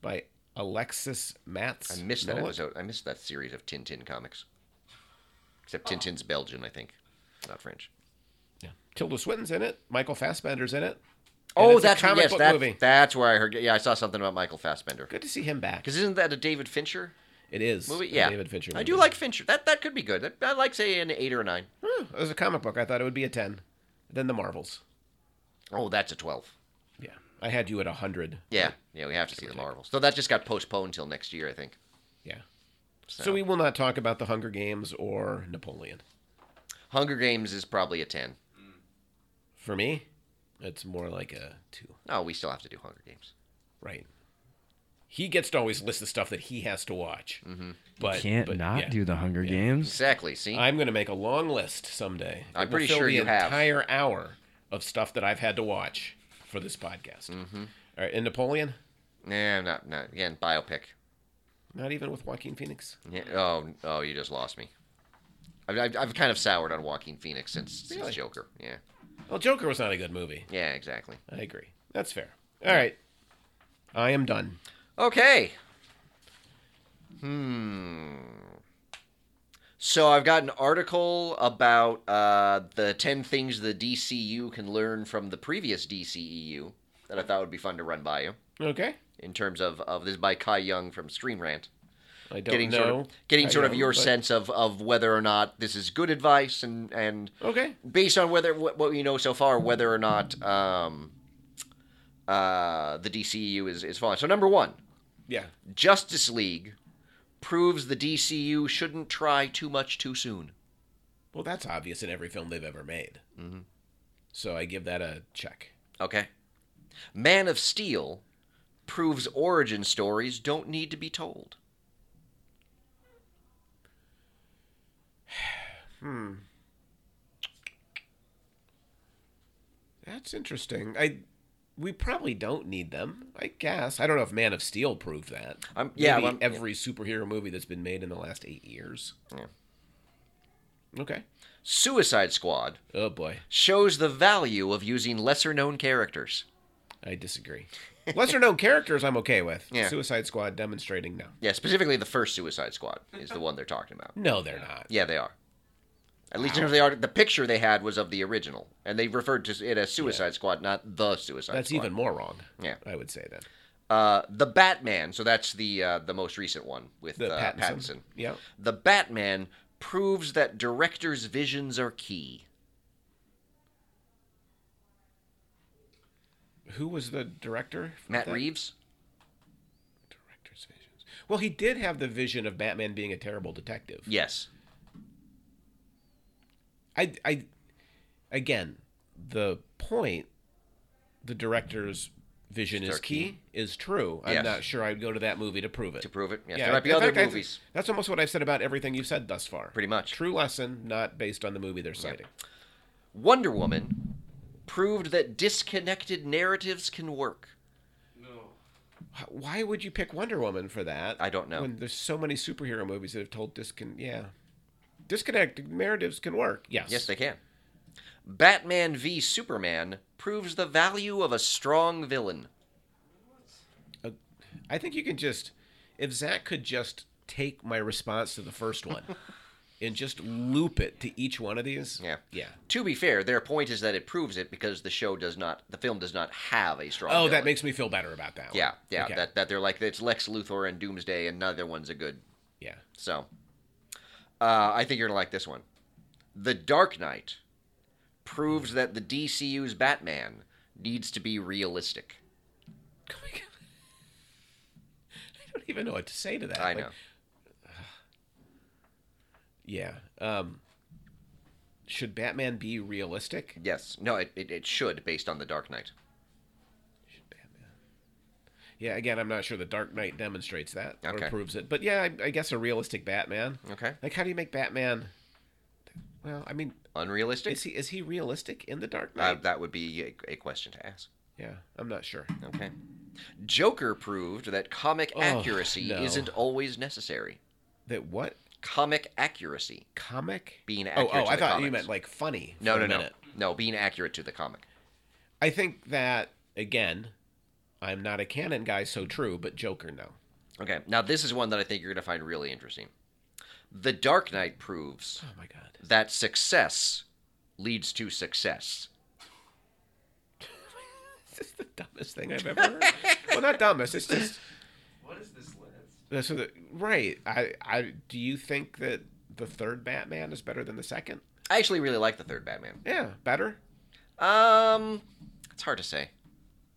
Speaker 2: by alexis matz
Speaker 1: Hmm. I missed that
Speaker 2: Nolan.
Speaker 1: episode. I missed that series of Tintin comics. Except
Speaker 2: Oh.
Speaker 1: Tintin's Belgian, I think, not French.
Speaker 2: yeah. tilda swinton's in it michael fassbender's in it And
Speaker 1: Oh,
Speaker 2: it's a
Speaker 1: that's
Speaker 2: comic
Speaker 1: yes,
Speaker 2: book
Speaker 1: that,
Speaker 2: movie.
Speaker 1: that's where I heard. Yeah, I saw something about Michael Fassbender.
Speaker 2: good to see him back
Speaker 1: Because isn't that a David Fincher
Speaker 2: it is
Speaker 1: movie?
Speaker 2: a
Speaker 1: Yeah,
Speaker 2: david fincher
Speaker 1: I do
Speaker 2: movie.
Speaker 1: like Fincher. That that could be good. That, I like say an eight or a nine.
Speaker 3: Hmm.
Speaker 2: Huh, it was a comic book. I thought it would be a 10. Then the Marvels.
Speaker 1: Oh, that's a twelve.
Speaker 2: Yeah. I had you at 100.
Speaker 1: Yeah, yeah, we have to see the Marvels. So that just got postponed till next year, I think.
Speaker 2: Yeah.
Speaker 1: So,
Speaker 2: So, we will not talk about The Hunger Games or Napoleon.
Speaker 1: Hunger Games is probably a ten.
Speaker 2: For me, it's more like a 2.
Speaker 1: No, we still have to do Hunger Games.
Speaker 2: Right. He gets to always list the stuff that he has to watch. Mm-hmm. But
Speaker 3: Can't
Speaker 2: but,
Speaker 3: not
Speaker 2: yeah.
Speaker 3: do the Hunger Games.
Speaker 1: Exactly. See,
Speaker 2: I'm going to make a long list someday. that
Speaker 1: I'm
Speaker 2: will
Speaker 1: pretty
Speaker 2: fill
Speaker 1: sure
Speaker 2: the
Speaker 1: you have.
Speaker 2: entire hour of stuff that I've had to watch for this podcast. Mm-hmm. right. And Napoleon?
Speaker 1: nah, not not again biopic.
Speaker 2: Not even with Joaquin Phoenix.
Speaker 1: Yeah. Oh, oh, you just lost me. I've, I've, I've kind of soured on Joaquin Phoenix since,
Speaker 2: Really?
Speaker 1: since Joker. Yeah.
Speaker 2: Well, Joker was not a good movie.
Speaker 1: Yeah, exactly.
Speaker 2: I agree. That's fair. All right. I am done.
Speaker 1: Okay. Hmm. So I've got an article about uh, the 10 things the DCU can learn from the previous DCEU that I thought would be fun to run by you
Speaker 2: Okay.
Speaker 1: in terms of, of this is by Kai Young from Stream Rant.
Speaker 2: I don't
Speaker 1: Getting
Speaker 2: know.
Speaker 1: sort of getting
Speaker 2: I
Speaker 1: sort of
Speaker 2: don't,
Speaker 1: your
Speaker 2: but-
Speaker 1: sense of, of whether or not this is good advice and, and
Speaker 2: Okay.
Speaker 1: based on whether what, what we know so far, whether or not um, uh, the DCU is is falling. So number one,
Speaker 2: Yeah.
Speaker 1: Justice League proves the DCU shouldn't try too much too soon.
Speaker 2: Well, that's obvious in every film they've ever made. Mm-hmm. So I give that a check.
Speaker 1: Okay. Man of Steel proves origin stories don't need to be told.
Speaker 2: That's interesting. I we probably don't need them. I guess I don't know if Man of Steel proved that.
Speaker 1: I'm- Um, yeah,
Speaker 2: Maybe
Speaker 1: I'm-
Speaker 2: every superhero movie that's been made in the last eight years.
Speaker 1: Yeah.
Speaker 2: Okay.
Speaker 1: Suicide Squad
Speaker 2: Oh boy,
Speaker 1: shows the value of using lesser known characters.
Speaker 2: I disagree. Lesser known characters, I'm okay with.
Speaker 1: Yeah.
Speaker 2: Suicide Squad demonstrating no.
Speaker 1: Yeah, specifically the first Suicide Squad is the one they're talking about.
Speaker 2: No, they're not.
Speaker 1: Yeah, they are. At least if they are, the picture they had was of the original, and they referred to it as Suicide Squad, not the Suicide
Speaker 2: That's
Speaker 1: Squad.
Speaker 2: even more wrong.
Speaker 1: Yeah.
Speaker 2: I would say then.
Speaker 1: uh, the Batman. So that's the uh, the most recent one with
Speaker 2: The
Speaker 1: uh,
Speaker 2: Pattinson.
Speaker 1: Pattinson.
Speaker 2: Yeah.
Speaker 1: The Batman proves that directors' visions are key.
Speaker 2: Who was the director? for
Speaker 1: Matt
Speaker 2: that?
Speaker 1: Reeves.
Speaker 2: Director's visions. Well, he did have the vision of Batman being a terrible detective.
Speaker 1: Yes.
Speaker 2: I, I, again, the point, the director's vision
Speaker 1: It's
Speaker 2: is
Speaker 1: our key.
Speaker 2: key, is true. I'm
Speaker 1: Yes.
Speaker 2: not sure I'd go to that movie to prove it.
Speaker 1: To prove it. Yes.
Speaker 2: Yeah,
Speaker 1: there might be
Speaker 2: in
Speaker 1: other
Speaker 2: fact, I-
Speaker 1: movies.
Speaker 2: that's almost what I've said about everything you've said thus far.
Speaker 1: Pretty much.
Speaker 2: True lesson, not based on the movie they're citing.
Speaker 1: Wonder Woman proved that disconnected narratives can work.
Speaker 2: Wh- Why would you pick Wonder Woman for that?
Speaker 1: I don't know.
Speaker 2: When there's so many superhero movies that have told discon yeah, disconnected narratives can work. Yes.
Speaker 1: Yes, they can. Batman v Superman proves the value of a strong villain.
Speaker 2: Uh, I think you can just, if Zach could just take my response to the first one and just loop it to each one of these.
Speaker 1: Yeah.
Speaker 2: Yeah.
Speaker 1: To be fair, their point is that it proves it because the show does not, the film does not have a strong.
Speaker 2: Oh,
Speaker 1: villain.
Speaker 2: that makes me feel better about that one.
Speaker 1: Yeah, yeah.
Speaker 2: Okay.
Speaker 1: That that they're like it's Lex Luthor and Doomsday, and neither one's a good.
Speaker 2: yeah.
Speaker 1: So, uh, I think you're gonna like this one. The Dark Knight proves that the DCU's Batman needs to be realistic.
Speaker 2: Oh my God. I don't even know what to say to that.
Speaker 1: I
Speaker 2: Like,
Speaker 1: know.
Speaker 2: Yeah. Um, should Batman be realistic?
Speaker 1: Yes. No. It, it it should based on the Dark Knight.
Speaker 2: Batman. Yeah, again, I'm not sure the Dark Knight demonstrates that
Speaker 1: Okay.
Speaker 2: or proves it. But yeah, I, I guess a realistic Batman.
Speaker 1: Okay.
Speaker 2: Like, how do you make Batman? Well, I mean,
Speaker 1: Unrealistic.
Speaker 2: is he is he realistic in the Dark
Speaker 1: Uh,
Speaker 2: Knight?
Speaker 1: that would be a, a question to ask.
Speaker 2: yeah, I'm not sure.
Speaker 1: Okay. Joker proved that comic
Speaker 2: Oh,
Speaker 1: accuracy
Speaker 2: no.
Speaker 1: isn't always necessary.
Speaker 2: That what
Speaker 1: Comic accuracy.
Speaker 2: comic?
Speaker 1: Being
Speaker 2: Oh,
Speaker 1: accurate
Speaker 2: oh,
Speaker 1: to
Speaker 2: I
Speaker 1: the
Speaker 2: thought you
Speaker 1: comics.
Speaker 2: meant like funny.
Speaker 1: No,
Speaker 2: for
Speaker 1: no,
Speaker 2: a
Speaker 1: no.
Speaker 2: minute.
Speaker 1: No, being accurate to the comic.
Speaker 2: I think that again, I'm not a canon guy, so true. But Joker, no.
Speaker 1: Okay, now this is one that I think you're going to find really interesting. The Dark Knight proves
Speaker 2: Oh my god.
Speaker 1: that success leads to success.
Speaker 2: This is the dumbest thing I've ever heard. well, not dumbest. It's just
Speaker 4: What is this list?
Speaker 2: that's what the- right. I, I do you think that the third Batman is better than the second?
Speaker 1: I actually really like the third Batman.
Speaker 2: Yeah, better.
Speaker 1: Um, it's hard to say.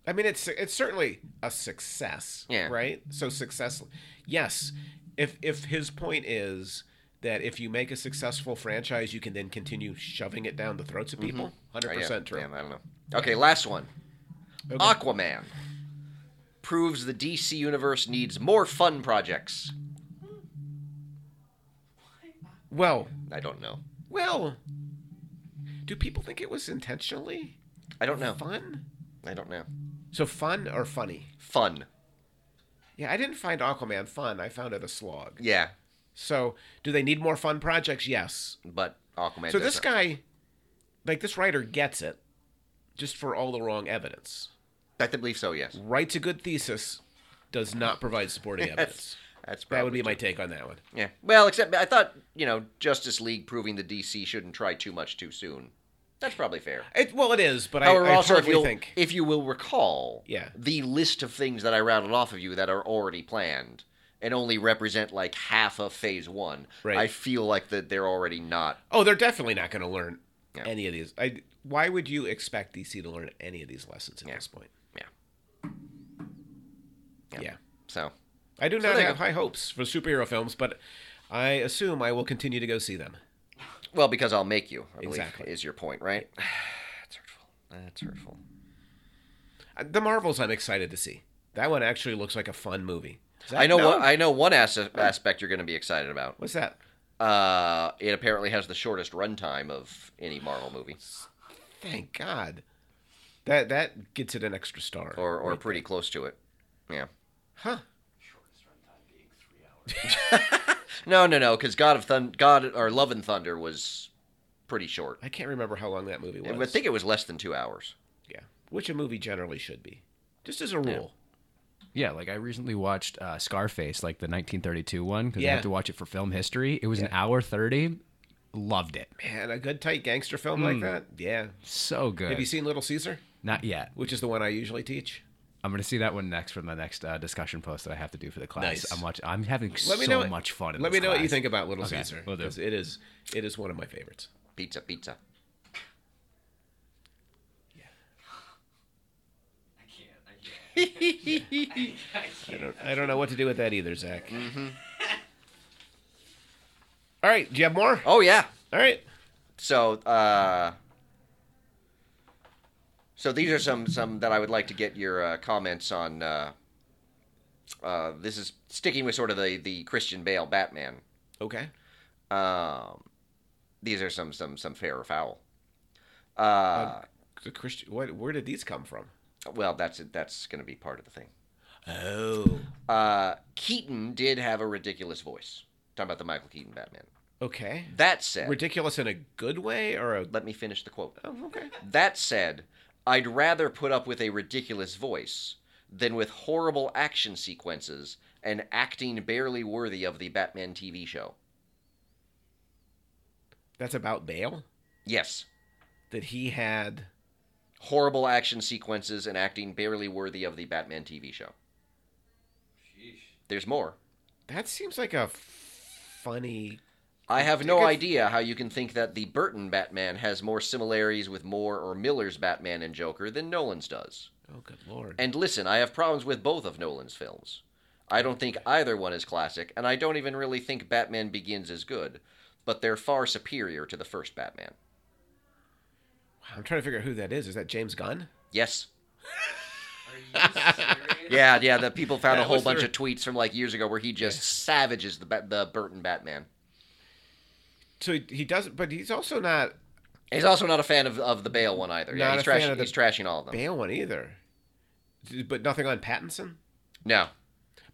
Speaker 2: I mean, it's it's certainly a success.
Speaker 1: Yeah.
Speaker 2: Right. So success. Yes. If if his point is that if you make a successful franchise, you can then continue shoving it down the throats of people. 100
Speaker 1: Oh, yeah,
Speaker 2: percent true.
Speaker 1: yeah, I don't know. Okay, last one.
Speaker 2: Okay.
Speaker 1: Aquaman proves the DC universe needs more fun projects.
Speaker 2: Well,
Speaker 1: I don't know.
Speaker 2: well. Do people think it was intentionally
Speaker 1: I don't know.
Speaker 2: fun?
Speaker 1: I don't know.
Speaker 2: So fun or funny?
Speaker 1: Fun.
Speaker 2: Yeah, I didn't find Aquaman fun. I found it a slog.
Speaker 1: Yeah,
Speaker 2: So, do they need more fun projects? Yes.
Speaker 1: but Aquaman.
Speaker 2: so
Speaker 1: does
Speaker 2: this
Speaker 1: not-
Speaker 2: guy, like this writer, gets it, just for all the wrong evidence.
Speaker 1: I th- believe so. Yes.
Speaker 2: Writes a good thesis, does not provide supporting evidence.
Speaker 1: That's
Speaker 2: That would
Speaker 1: probably
Speaker 2: be my take on that one.
Speaker 1: Yeah. Well, except I thought, you know, Justice League proving the DC shouldn't try too much too soon. That's probably fair.
Speaker 2: It, well, it is, but
Speaker 1: However,
Speaker 2: I, I
Speaker 1: also, if,
Speaker 2: hardly
Speaker 1: you'll,
Speaker 2: think.
Speaker 1: if you will recall,
Speaker 2: Yeah.
Speaker 1: the list of things that I rattled off of you that are already planned and only represent like half of phase one,
Speaker 2: Right.
Speaker 1: I feel like that they're already not.
Speaker 2: Oh, they're definitely not going to learn
Speaker 1: Yeah.
Speaker 2: any of these. I, why would you expect DC to learn any of these lessons at
Speaker 1: Yeah.
Speaker 2: this point?
Speaker 1: Yeah. Yeah.
Speaker 2: Yeah.
Speaker 1: So,
Speaker 2: I do
Speaker 1: So
Speaker 2: not
Speaker 1: there you
Speaker 2: have
Speaker 1: go.
Speaker 2: high hopes for superhero films, but I assume I will continue to go see them.
Speaker 1: well, because I'll make you, I believe,
Speaker 2: Exactly.
Speaker 1: is your point, right? That's hurtful. That's hurtful.
Speaker 2: Uh, The Marvels, I'm excited to see. That one actually looks like a fun movie. Is that-
Speaker 1: I know
Speaker 2: no?
Speaker 1: what I know one as- aspect you're going to be excited about.
Speaker 2: What's that?
Speaker 1: Uh, it apparently has the shortest runtime of any Marvel movie,
Speaker 2: Thank God. That that gets it an extra star.
Speaker 1: or or
Speaker 2: Right
Speaker 1: pretty close to it. Yeah.
Speaker 2: there. Huh.
Speaker 4: Shortest runtime being three hours.
Speaker 1: No, no, no, because God of Thun, God or Love and Thunder was pretty short.
Speaker 2: I can't remember how long that movie was.
Speaker 1: I think it was less than two hours.
Speaker 2: yeah. Which a movie generally should be. Just as a rule.
Speaker 3: Yeah, like I recently watched uh, Scarface, like the 1932 one, because I
Speaker 2: Yeah.
Speaker 3: have to watch it for film history. It was an hour 30. Loved it.
Speaker 2: Man, a good tight gangster film
Speaker 1: Hmm.
Speaker 2: like that. Yeah.
Speaker 3: So good.
Speaker 2: Have you seen Little Caesar?
Speaker 3: Not yet.
Speaker 2: Which is the one I usually teach.
Speaker 3: I'm going to see that one next for my next uh, discussion post that I have to do for the class.
Speaker 2: Nice.
Speaker 3: I'm watching. I'm having so
Speaker 2: what-
Speaker 3: much fun. In
Speaker 2: Let
Speaker 3: this
Speaker 2: me know what you
Speaker 3: class.
Speaker 2: think about Little
Speaker 3: Okay,
Speaker 2: Caesar.
Speaker 3: will do.
Speaker 2: 'cause It is it is one of my favorites.
Speaker 1: Pizza, pizza.
Speaker 4: I can't. I can't. I, can't.
Speaker 2: I don't know Mm-hmm. what to do with that either, Zach. All right, do you have more?
Speaker 1: Oh yeah.
Speaker 2: All right.
Speaker 1: So, uh, so these are some some that I would like to get your uh, comments on. Uh, uh, this is sticking with sort of the the Christian Bale Batman.
Speaker 2: Okay.
Speaker 1: Um, these are some some some fair or foul. Uh,
Speaker 2: The Christian, what, where did these come from?
Speaker 1: well, that's that's going to be part of the thing.
Speaker 2: Oh.
Speaker 1: Uh, Keaton did have a ridiculous voice. Talking about the Michael Keaton Batman.
Speaker 2: Okay.
Speaker 1: That said,
Speaker 2: Ridiculous in a good way or a.
Speaker 1: let me finish the quote.
Speaker 2: Oh, okay.
Speaker 1: That said, I'd rather put up with a ridiculous voice than with horrible action sequences and acting barely worthy of the Batman TV show.
Speaker 2: That's about Bale?
Speaker 1: Yes,
Speaker 2: That he had.
Speaker 1: horrible action sequences and acting barely worthy of the Batman TV show.
Speaker 4: Sheesh.
Speaker 1: There's more.
Speaker 2: That seems like a funny.
Speaker 1: I have no
Speaker 2: Take a-
Speaker 1: idea how you can think that the Burton Batman has more similarities with Moore or Miller's Batman and Joker than Nolan's does.
Speaker 2: Oh, good lord.
Speaker 1: And listen, I have problems with both of Nolan's films. I don't think either one is classic, and I don't even really think Batman Begins is good, but they're far superior to the first Batman.
Speaker 2: Wow, I'm trying to figure out who that is. Is that James Gunn?
Speaker 1: Yes.
Speaker 4: Are you serious?
Speaker 1: Yeah, yeah, the people found a
Speaker 2: That
Speaker 1: whole
Speaker 2: was
Speaker 1: bunch
Speaker 2: their-
Speaker 1: of tweets from like years ago where he just savages the Ba- the Burton Batman.
Speaker 2: So he, he doesn't, but he's also not
Speaker 1: He's also not a fan of, of the Bale one either. Yeah,
Speaker 2: Not
Speaker 1: he's
Speaker 2: a fan
Speaker 1: trashing,
Speaker 2: of the
Speaker 1: he's trashing all of them.
Speaker 2: Bale one either. D- But nothing on Pattinson?
Speaker 1: No.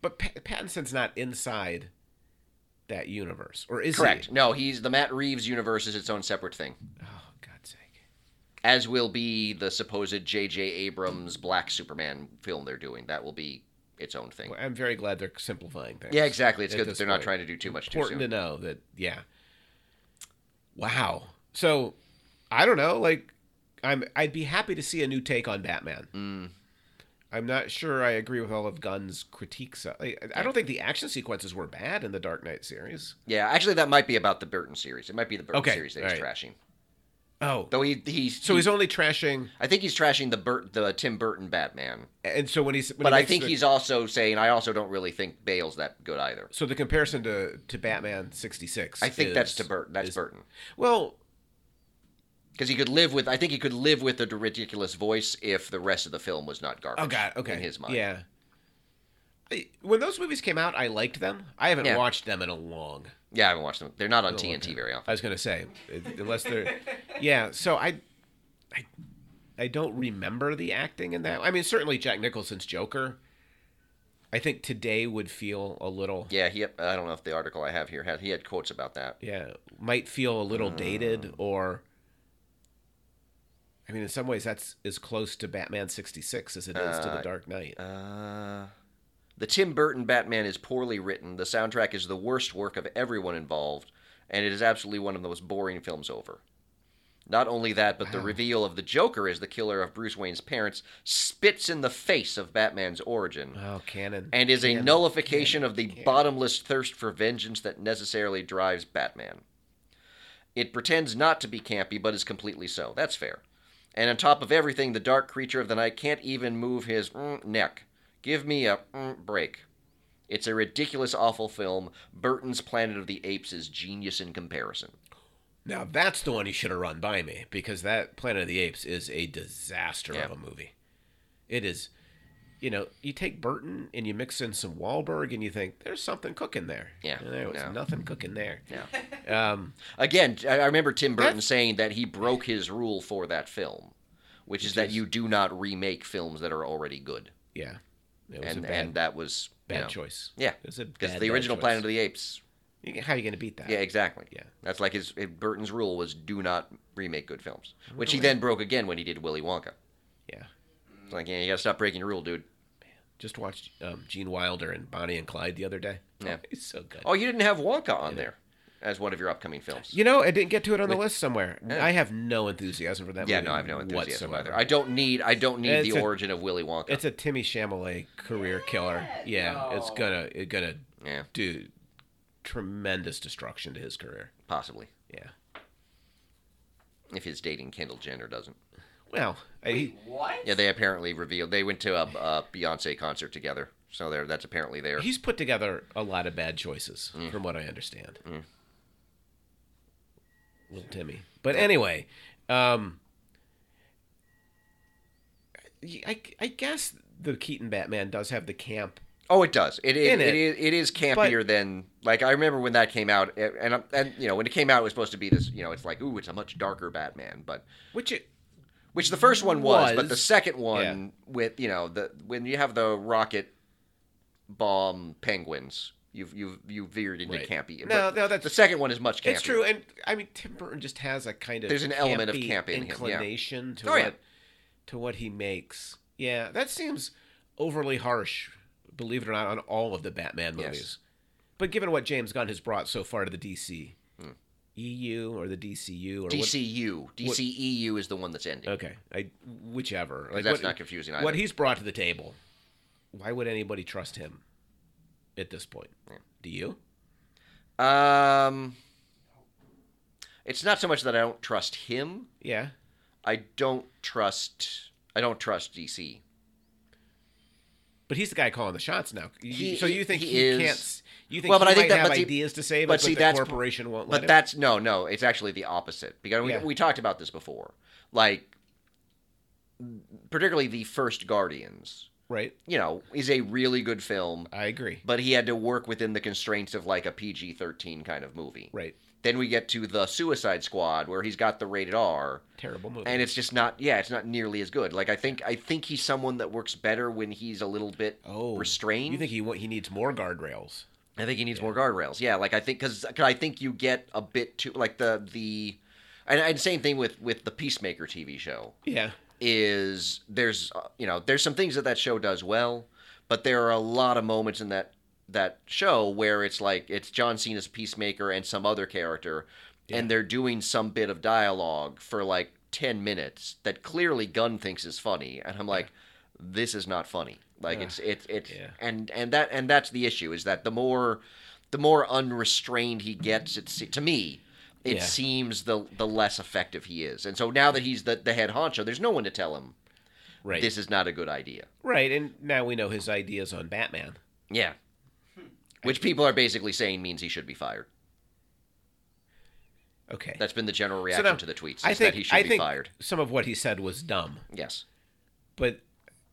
Speaker 2: But pa- Pattinson's not inside that universe. Or is
Speaker 1: Correct.
Speaker 2: he?
Speaker 1: No, he's the Matt Reeves universe is its own separate thing.
Speaker 2: Oh, God's sake.
Speaker 1: As will be the supposed J.J. Abrams Black Superman film they're doing. That will be its own thing.
Speaker 2: Well, I'm very glad they're simplifying things.
Speaker 1: Yeah, exactly. It's
Speaker 2: at
Speaker 1: good that
Speaker 2: this
Speaker 1: they're not
Speaker 2: point.
Speaker 1: trying to do too much too
Speaker 2: Important
Speaker 1: soon.
Speaker 2: to know that, yeah. Wow. So, I don't know. Like, I'm. I'd be happy to see a new take on Batman.
Speaker 1: Mm.
Speaker 2: I'm not sure I agree with all of Gunn's critiques. of- I, I don't think the action sequences were bad in the Dark Knight series.
Speaker 1: yeah, actually, that might be about the Burton series. It might be the Burton
Speaker 2: Okay,
Speaker 1: series that he's
Speaker 2: all right.
Speaker 1: trashing.
Speaker 2: Oh,
Speaker 1: Though he, he
Speaker 2: so he's
Speaker 1: he-
Speaker 2: only trashing.
Speaker 1: I think he's trashing the Burt, the Tim Burton Batman,
Speaker 2: And so when he's, when
Speaker 1: but I
Speaker 2: he makes
Speaker 1: think
Speaker 2: the-
Speaker 1: he's also saying I also don't really think Bale's that good either.
Speaker 2: So the comparison to to Batman '66.
Speaker 1: I think that's
Speaker 2: is-
Speaker 1: to Burton. That's
Speaker 2: is-
Speaker 1: Burton
Speaker 2: Well,
Speaker 1: because he could live with. I think he could live with the ridiculous voice if the rest of the film was not garbage.
Speaker 2: Oh God, okay.
Speaker 1: in his mind.
Speaker 2: yeah. I, when those movies came out, I liked them. I haven't
Speaker 1: Yeah.
Speaker 2: watched them in a long.
Speaker 1: yeah. I haven't watched them. They're not on TNT very often.
Speaker 2: I was gonna say, unless they're, yeah. So I, I, I don't remember the acting in that. I mean, certainly Jack Nicholson's Joker. I think today would feel a little, yeah,
Speaker 1: Yeah, he. I don't know if the article I have here had he had quotes about that.
Speaker 2: might feel a little
Speaker 1: Um.
Speaker 2: dated or. I mean, in some ways, that's as close to Batman '66 as it is to The
Speaker 1: Uh,
Speaker 2: Dark Knight.
Speaker 1: Uh, the Tim Burton Batman is poorly written. The soundtrack is the worst work of everyone involved, and it is absolutely one of the most boring films over. Not only that, but the reveal of the Joker as the killer of Bruce Wayne's parents spits in the face of Batman's origin
Speaker 2: oh, canon.
Speaker 1: and is a nullification of the bottomless thirst for vengeance that necessarily drives Batman. It pretends not to be campy, but is completely so. That's fair. And on top of everything, the dark creature of the night can't even move his mm, neck. Give me a mm, break. It's a ridiculous, awful film. Burton's Planet of the Apes is genius in comparison.
Speaker 2: Now that's the one you should have run by me because that Planet of the Apes is a disaster
Speaker 1: Yeah.
Speaker 2: of a movie. It is, you know, you take Burton and you mix in some Wahlberg and you think there's something cooking there.
Speaker 1: Yeah,
Speaker 2: And there was
Speaker 1: no.
Speaker 2: nothing cooking there.
Speaker 1: Yeah.
Speaker 2: Um,
Speaker 1: Again, I I remember Tim Burton
Speaker 2: That's-
Speaker 1: saying that he broke his rule for that film, which is that you do not remake films that are already good,
Speaker 2: yeah. It was
Speaker 1: and
Speaker 2: a bad,
Speaker 1: and that was you
Speaker 2: bad
Speaker 1: know,
Speaker 2: choice.
Speaker 1: Yeah,
Speaker 2: It was a
Speaker 1: because
Speaker 2: bad,
Speaker 1: the
Speaker 2: bad
Speaker 1: original
Speaker 2: choice.
Speaker 1: Planet of the Apes.
Speaker 2: You- How are you going to beat that?
Speaker 1: Yeah, exactly.
Speaker 2: Yeah.
Speaker 1: that's like his Burton's rule was do not remake good films, which he then broke again when he did Willy Wonka.
Speaker 2: Yeah.
Speaker 1: It's like yeah, you gotta stop breaking your rule, dude.
Speaker 2: Just watched um, Gene Wilder and Bonnie and Clyde the other day.
Speaker 1: Yeah.
Speaker 2: Oh, he's so good.
Speaker 1: Oh, you didn't have Wonka on there as one of your upcoming films.
Speaker 2: You know, I didn't get to it on the list somewhere. I have no enthusiasm for that
Speaker 1: Yeah,
Speaker 2: movie.
Speaker 1: no, I have no enthusiasm
Speaker 2: whatsoever.
Speaker 1: either. I don't need I don't need
Speaker 2: It's
Speaker 1: the
Speaker 2: a-
Speaker 1: origin of Willy Wonka.
Speaker 2: It's a Timmy Chalamet career killer. Yeah, it's
Speaker 4: No.
Speaker 2: gonna it's gonna
Speaker 1: yeah,
Speaker 2: do tremendous destruction to his career.
Speaker 1: possibly
Speaker 2: Yeah.
Speaker 1: if his dating Kendall Jenner doesn't.
Speaker 2: Well, I,
Speaker 4: Wait, what?
Speaker 1: Yeah, they apparently revealed they went to a, a Beyonce concert together, so there that's apparently there.
Speaker 2: he's put together a lot of bad choices, from what I understand. Little Timmy. But anyway, um, I, I guess the Keaton Batman does have the camp
Speaker 1: Oh, it does. It is.
Speaker 2: In
Speaker 1: It,
Speaker 2: it.
Speaker 1: it is. It is campier than like I remember when that came out, and and- and you know when it came out, it was supposed to be this. You know, it's like ooh, it's a much darker Batman, but
Speaker 2: Which it,
Speaker 1: which the first one was, but the
Speaker 2: Was.
Speaker 1: second one with you know the when you have the rocket bomb penguins, you've you've you veered into
Speaker 2: Right.
Speaker 1: campy.
Speaker 2: No,
Speaker 1: But
Speaker 2: no, that's-
Speaker 1: the second one is much campier.
Speaker 2: it's true, and I mean Tim Burton just has a kind of
Speaker 1: There's an element of camp in him, yeah.
Speaker 2: inclination to
Speaker 1: Oh,
Speaker 2: what
Speaker 1: yeah.
Speaker 2: to what he makes. Yeah, that seems overly harsh, believe it or not, on all of the Batman
Speaker 1: Yes.
Speaker 2: movies. But given what James Gunn has brought so far to the DC EU or the DCU or what,
Speaker 1: DCU, DCEU E is the one that's ending.
Speaker 2: okay, I, whichever. Like,
Speaker 1: that's
Speaker 2: what-
Speaker 1: not confusing either.
Speaker 2: What he's brought to the table, why would anybody trust him at this point? Do you?
Speaker 1: Um, it's not so much that I don't trust him.
Speaker 2: Yeah.
Speaker 1: I don't trust. I don't trust DC.
Speaker 2: But he's the guy calling the shots now. You-
Speaker 1: He-
Speaker 2: so you think
Speaker 1: he
Speaker 2: he,
Speaker 1: is-
Speaker 2: can't? s- You think
Speaker 1: Well,
Speaker 2: he
Speaker 1: but I think
Speaker 2: might
Speaker 1: that-
Speaker 2: have
Speaker 1: but see-
Speaker 2: ideas to say,
Speaker 1: but
Speaker 2: but, but
Speaker 1: see,
Speaker 2: the
Speaker 1: that's-
Speaker 2: corporation won't let
Speaker 1: But
Speaker 2: him.
Speaker 1: that's no, no. It's actually the opposite because we,
Speaker 2: Yeah.
Speaker 1: we talked about this before. Like, particularly the first Guardians,
Speaker 2: right.
Speaker 1: you know, is a really good film,
Speaker 2: I agree.
Speaker 1: but he had to work within the constraints of like a PG thirteen kind of movie.
Speaker 2: Right.
Speaker 1: Then we get to the Suicide Squad where he's got the rated R.
Speaker 2: Terrible movie.
Speaker 1: and it's just not yeah it's not nearly as good like i think i think he's someone that works better when he's a little bit
Speaker 2: oh,
Speaker 1: restrained
Speaker 2: You think he wa- he needs more guardrails?
Speaker 1: i think he needs more guardrails yeah like i think because i think you get a bit too like the the and, and same thing with with the peacemaker tv show
Speaker 2: Yeah.
Speaker 1: is there's uh, you know there's some things that that show does well but there are a lot of moments in that that show where it's like it's john cena's peacemaker and some other character and they're doing some bit of dialogue for like 10 minutes that clearly gunn thinks is funny and i'm like this is not funny like it's it's it's
Speaker 2: Yeah.
Speaker 1: and and that and that's the issue is that the more the more unrestrained he gets it se- to me it
Speaker 2: Yeah.
Speaker 1: seems the the less effective he is and so now that he's the, the head honcho there's no one to tell him
Speaker 2: Right.
Speaker 1: this is not a good idea
Speaker 2: right. And now we know his ideas on Batman.
Speaker 1: yeah which people are basically saying means he should be fired
Speaker 2: Okay.
Speaker 1: that's been the general reaction to the tweets
Speaker 2: I
Speaker 1: is
Speaker 2: think
Speaker 1: that he should
Speaker 2: I
Speaker 1: be
Speaker 2: think
Speaker 1: fired
Speaker 2: Some of what he said was dumb,
Speaker 1: yes
Speaker 2: but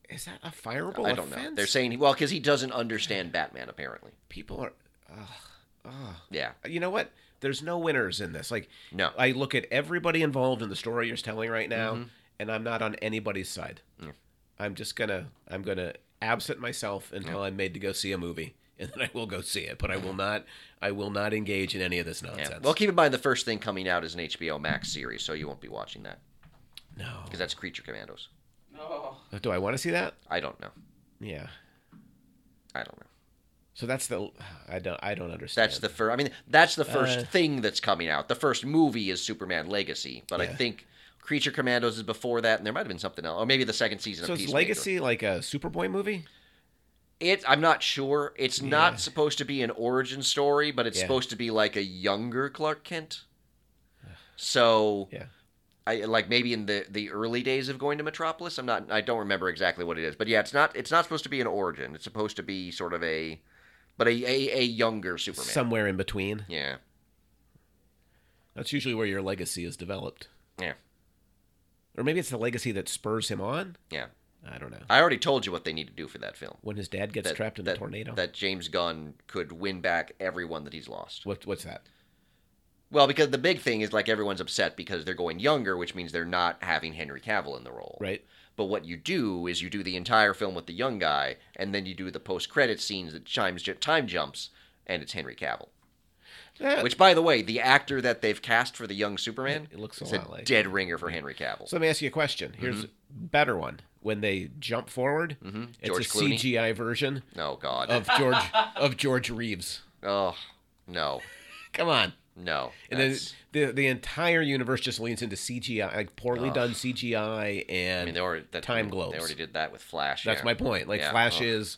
Speaker 2: is that a fireable?
Speaker 1: i don't know
Speaker 2: offense?
Speaker 1: they're saying well because he doesn't understand batman apparently
Speaker 2: people are. Ugh, ugh.
Speaker 1: yeah
Speaker 2: you know what? There's no winners in this. Like,
Speaker 1: No.
Speaker 2: I look at everybody involved in the story you're telling right now,
Speaker 1: Mm-hmm.
Speaker 2: and I'm not on anybody's side. I'm just gonna, I'm gonna absent myself until I'm made to go see a movie, and then I will go see it. But I will not, I will not engage in any of this nonsense.
Speaker 1: yeah. Well, keep in mind the first thing coming out is an HBO Max series, so you won't be watching that
Speaker 2: no.
Speaker 1: because that's Creature Commandos.
Speaker 4: No.
Speaker 2: Do I want to see that?
Speaker 1: I don't know.
Speaker 2: Yeah.
Speaker 1: I don't know.
Speaker 2: So that's the, I don't, I don't understand.
Speaker 1: That's the first. I mean, that's the first
Speaker 2: Uh.
Speaker 1: thing that's coming out. The first movie is Superman Legacy, but I
Speaker 2: Yeah.
Speaker 1: think Creature Commandos is before that, and there might have been something else, or maybe the second season
Speaker 2: So
Speaker 1: of
Speaker 2: is
Speaker 1: Peacemaker.
Speaker 2: Legacy like a Superboy movie?
Speaker 1: It. I'm not sure. It's
Speaker 2: Yeah.
Speaker 1: not supposed to be an origin story, but it's
Speaker 2: Yeah.
Speaker 1: supposed to be like a younger Clark Kent. So
Speaker 2: Yeah.
Speaker 1: I like maybe in the the early days of going to Metropolis. I'm not. I don't remember exactly what it is, but yeah, it's not. It's not supposed to be an origin. It's supposed to be sort of a, but a a, a younger Superman.
Speaker 2: Somewhere in between.
Speaker 1: yeah,
Speaker 2: That's usually where your legacy is developed.
Speaker 1: yeah,
Speaker 2: Or maybe it's the legacy that spurs him on.
Speaker 1: yeah.
Speaker 2: I don't know.
Speaker 1: I already told you what they need to do for that film.
Speaker 2: When his dad gets
Speaker 1: That-
Speaker 2: trapped in
Speaker 1: that,
Speaker 2: a tornado.
Speaker 1: That James Gunn could win back everyone that he's lost.
Speaker 2: what, what's that?
Speaker 1: Well, because the big thing is like everyone's upset because they're going younger, which means they're not having Henry Cavill in the role.
Speaker 2: Right.
Speaker 1: But what you do is you do the entire film with the young guy, and then you do the post-credit scenes that chimes time jumps, and it's Henry Cavill.
Speaker 2: Eh,
Speaker 1: Which, by the way, the actor that they've cast for the young Superman,
Speaker 2: It looks a
Speaker 1: is
Speaker 2: lot like-
Speaker 1: dead ringer for Henry Cavill.
Speaker 2: so let me ask you a question. Here's a better one. When they jump forward, it's
Speaker 1: Mm-hmm. George
Speaker 2: a
Speaker 1: Clooney.
Speaker 2: CGI version
Speaker 1: oh God.
Speaker 2: of George of George Reeves.
Speaker 1: oh no,
Speaker 2: Come on.
Speaker 1: no.
Speaker 2: And then
Speaker 1: That's-
Speaker 2: the the entire universe just leans into CGI, like poorly done CGI, and
Speaker 1: I mean, they already that,
Speaker 2: time globes.
Speaker 1: They already did that with Flash.
Speaker 2: That's
Speaker 1: yeah.
Speaker 2: my point. Like
Speaker 1: Yeah,
Speaker 2: Flash
Speaker 1: oh.
Speaker 2: is,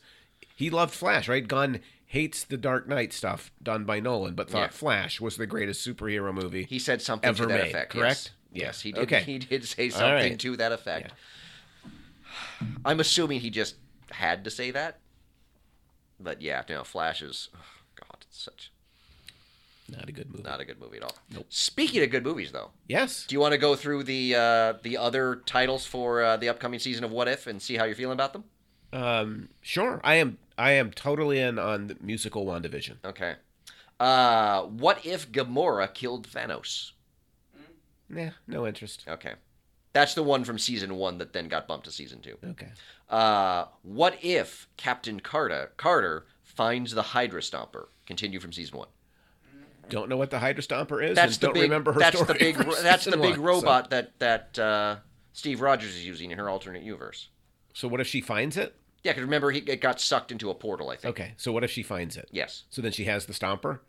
Speaker 2: he loved Flash, right? Gunn hates the Dark Knight stuff done by Nolan, but thought
Speaker 1: Yeah.
Speaker 2: Flash was the greatest superhero movie.
Speaker 1: He said something
Speaker 2: Ever
Speaker 1: to that
Speaker 2: made,
Speaker 1: effect.
Speaker 2: correct?
Speaker 1: Yes,
Speaker 2: Yeah.
Speaker 1: yes he did.
Speaker 2: Okay.
Speaker 1: He did say
Speaker 2: All
Speaker 1: something
Speaker 2: right.
Speaker 1: to that effect. I'm assuming he just had to say that. But yeah, no, Flash is oh, God, it's such
Speaker 2: Not a good movie.
Speaker 1: not a good movie at all. Speaking of good movies, though,
Speaker 2: yes.
Speaker 1: do you want to go through the uh, the other titles for uh, the upcoming season of What If and see how you're feeling about them?
Speaker 2: Um. Sure. I am. I am totally in on the musical WandaVision.
Speaker 1: Okay. Uh, what if Gamora killed Thanos?
Speaker 2: Nah. No interest.
Speaker 1: Okay, that's the one from season one that then got bumped to season two.
Speaker 2: Okay.
Speaker 1: Uh, what if Captain Carter Carter finds the Hydra Stomper? Continue from season one.
Speaker 2: Don't know what the Hydra Stomper is.
Speaker 1: That's
Speaker 2: and
Speaker 1: the
Speaker 2: don't
Speaker 1: big.
Speaker 2: remember her
Speaker 1: that's
Speaker 2: story.
Speaker 1: the big.
Speaker 2: for
Speaker 1: ro- That's the
Speaker 2: season
Speaker 1: big
Speaker 2: one, so-
Speaker 1: robot that that uh, Steve Rogers is using in her alternate universe.
Speaker 2: So, what if she finds it?
Speaker 1: Yeah, because remember he it got sucked into a portal. I think.
Speaker 2: Okay. So what if she finds it?
Speaker 1: Yes.
Speaker 2: So then she has the Stomper,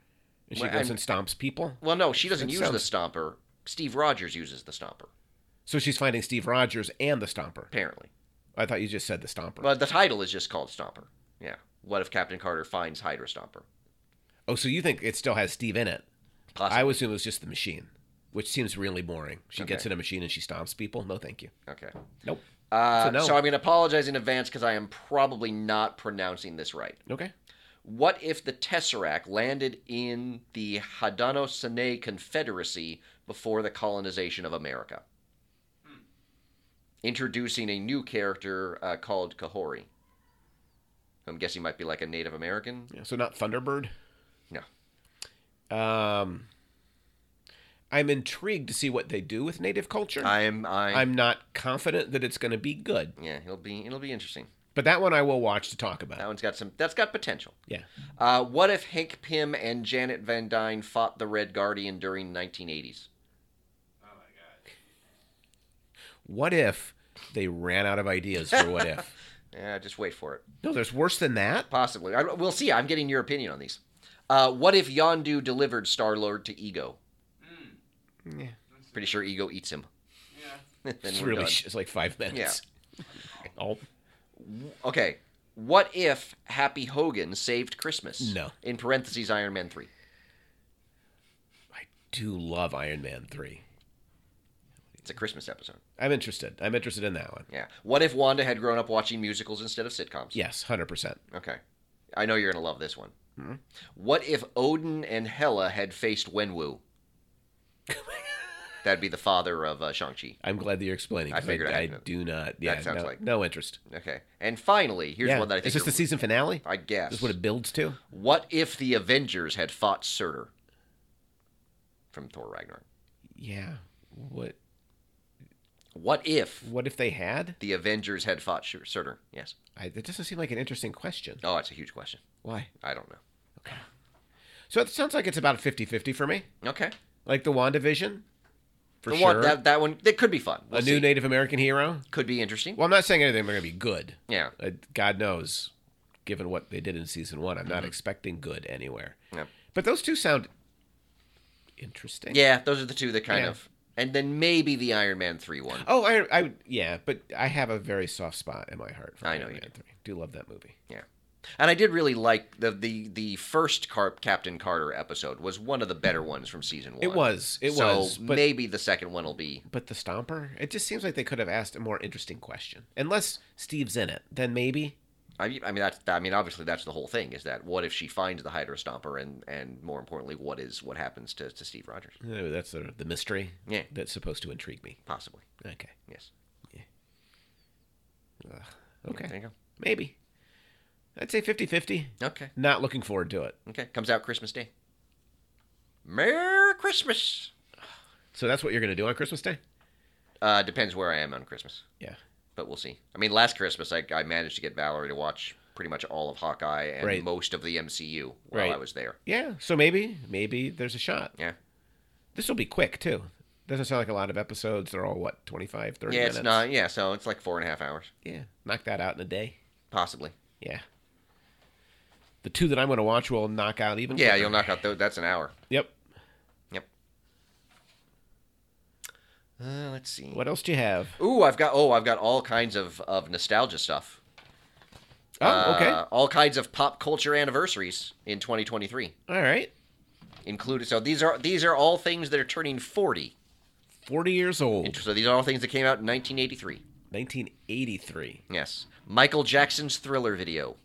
Speaker 2: and she
Speaker 1: Well,
Speaker 2: goes
Speaker 1: I'm-
Speaker 2: and stomps people.
Speaker 1: Well, no, she doesn't
Speaker 2: That
Speaker 1: use
Speaker 2: sounds-
Speaker 1: the Stomper. Steve Rogers uses the Stomper
Speaker 2: So she's finding Steve Rogers and the Stomper.
Speaker 1: apparently.
Speaker 2: I thought you just said the Stomper.
Speaker 1: But the title is just called Stomper. Yeah. What if Captain Carter finds Hydra Stomper?
Speaker 2: Oh, so you think it still has Steve in it?
Speaker 1: Possibly.
Speaker 2: I would assume it was just the machine, which seems really boring. She gets
Speaker 1: Okay.
Speaker 2: in a machine and she stomps people. No, thank you.
Speaker 1: okay.
Speaker 2: Nope.
Speaker 1: Uh,
Speaker 2: So no.
Speaker 1: so I'm going to apologize in advance because I am probably not pronouncing this right.
Speaker 2: Okay.
Speaker 1: What if the Tesseract landed in the Haudenosaunee Confederacy before the colonization of America? Introducing a new character uh, called Kahori. I'm guessing might be like a Native American.
Speaker 2: Yeah, so not Thunderbird.
Speaker 1: No.
Speaker 2: Um, I'm intrigued to see what they do with native culture.
Speaker 1: I'm I
Speaker 2: I'm not confident that it's going to be good,
Speaker 1: yeah, it'll be it'll be interesting.
Speaker 2: but that one I will watch to talk about.
Speaker 1: That one's got some that's got potential.
Speaker 2: Yeah.
Speaker 1: Uh, what if Hank Pym and Janet Van Dyne fought the Red Guardian during 1980s?
Speaker 4: Oh my god.
Speaker 2: What if they ran out of ideas for what if?
Speaker 1: Yeah, just wait for it.
Speaker 2: No, there's worse than that.
Speaker 1: Possibly. I, we'll see. I'm getting your opinion on these. Uh, what if Yondu delivered Star Lord to Ego? Pretty sure Ego eats him.
Speaker 4: Yeah.
Speaker 1: then
Speaker 2: It's
Speaker 1: we're
Speaker 2: really
Speaker 1: done.
Speaker 2: sh- it's like five minutes. Oh,
Speaker 1: okay. What if Happy Hogan saved Christmas?
Speaker 2: No.
Speaker 1: In parentheses, Iron Man 3.
Speaker 2: I do love Iron Man three.
Speaker 1: It's a Christmas episode.
Speaker 2: I'm interested. I'm interested in that one.
Speaker 1: Yeah. What if Wanda had grown up watching musicals instead of sitcoms?
Speaker 2: Yes, hundred percent.
Speaker 1: Okay. I know you're going to love this one. What if Odin and Hela had faced Wenwu? That'd be the father of uh, Shang-Chi.
Speaker 2: I'm glad that you're explaining.
Speaker 1: I
Speaker 2: 'cause
Speaker 1: figured I
Speaker 2: I,
Speaker 1: had to-
Speaker 2: do not. Yeah,
Speaker 1: sounds
Speaker 2: no,
Speaker 1: like-
Speaker 2: no interest.
Speaker 1: Okay. And finally, here's
Speaker 2: yeah.
Speaker 1: one that I think
Speaker 2: is this the
Speaker 1: you're-
Speaker 2: season finale?
Speaker 1: I guess.
Speaker 2: This is what it builds to.
Speaker 1: What if the Avengers had fought Surtur from Thor Ragnarok?
Speaker 2: Yeah. What?
Speaker 1: What if
Speaker 2: What if they had?
Speaker 1: the Avengers had fought Sur- Surtur? Yes.
Speaker 2: I, that doesn't seem like an interesting question.
Speaker 1: Oh, that's a huge question.
Speaker 2: Why?
Speaker 1: I don't know.
Speaker 2: So it sounds like it's about 50-50 for me.
Speaker 1: Okay.
Speaker 2: Like the Wandavision, for
Speaker 1: The
Speaker 2: sure.
Speaker 1: one, that, that one, that could be fun. We'll
Speaker 2: a new
Speaker 1: see.
Speaker 2: Native American hero.
Speaker 1: Could be interesting.
Speaker 2: Well, I'm not saying anything. They're going to be good.
Speaker 1: Yeah.
Speaker 2: Uh, God knows, given what they did in season one, I'm not expecting good anywhere.
Speaker 1: Mm-hmm. Yep.
Speaker 2: But those two sound interesting.
Speaker 1: Yeah, those are the two that kind
Speaker 2: Yeah.
Speaker 1: of. And then maybe the Iron Man 3 one.
Speaker 2: Oh, I, I, yeah, but I have a very soft spot in my heart for
Speaker 1: I
Speaker 2: Iron
Speaker 1: know
Speaker 2: Man
Speaker 1: you do.
Speaker 2: 3. Do love that movie.
Speaker 1: Yeah. And I did really like the the the first Car- Captain Carter episode was one of the better ones from season one.
Speaker 2: It was, it
Speaker 1: so
Speaker 2: was, but-
Speaker 1: maybe the second one will be
Speaker 2: But the Stomper, it just seems like they could have asked a more interesting question. Unless Steve's in it, then maybe.
Speaker 1: I mean, I mean that's I mean obviously that's the whole thing is that what if she finds the Hydra Stomper and and more importantly what is what happens to, to Steve Rogers
Speaker 2: Oh, that's the, the mystery
Speaker 1: Yeah.
Speaker 2: that's supposed to intrigue me.
Speaker 1: possibly
Speaker 2: Okay.
Speaker 1: yes
Speaker 2: Okay.
Speaker 1: There you
Speaker 2: Maybe. I'd say 50 50.
Speaker 1: go. Okay.
Speaker 2: Not looking forward to it.
Speaker 1: Okay. Comes out Christmas Day. Merry Christmas.
Speaker 2: So that's what you're going to do on Christmas Day?
Speaker 1: Uh, depends where I am on Christmas,
Speaker 2: Yeah.
Speaker 1: but we'll see. I mean, last Christmas I, I managed to get Valerie to watch pretty much all of Hawkeye and
Speaker 2: Right.
Speaker 1: most of the MCU while
Speaker 2: Right.
Speaker 1: I was there.
Speaker 2: Yeah. So maybe, maybe there's a shot.
Speaker 1: Yeah.
Speaker 2: This will be quick, too. Doesn't sound like a lot of episodes. They're all, what, 25, 30
Speaker 1: yeah,
Speaker 2: minutes?
Speaker 1: it's not. Yeah, so it's like four and a half hours,
Speaker 2: Yeah. Knock that out in a day.
Speaker 1: possibly.
Speaker 2: Yeah. The two that I'm going to watch will knock out even
Speaker 1: Yeah,
Speaker 2: quicker.
Speaker 1: you'll knock out those. That's an hour.
Speaker 2: Yep.
Speaker 1: Yep. Uh, let's see.
Speaker 2: What else do you have?
Speaker 1: Ooh, I've got oh, I've got all kinds of of nostalgia stuff.
Speaker 2: Oh, okay.
Speaker 1: Uh, all kinds of pop culture anniversaries in 2023
Speaker 2: all right.
Speaker 1: included. So these are these are all things that are turning 40.
Speaker 2: 40 years old.
Speaker 1: So these are all things that came out in 1983.
Speaker 2: 1983.
Speaker 1: Yes, Michael Jackson's Thriller video.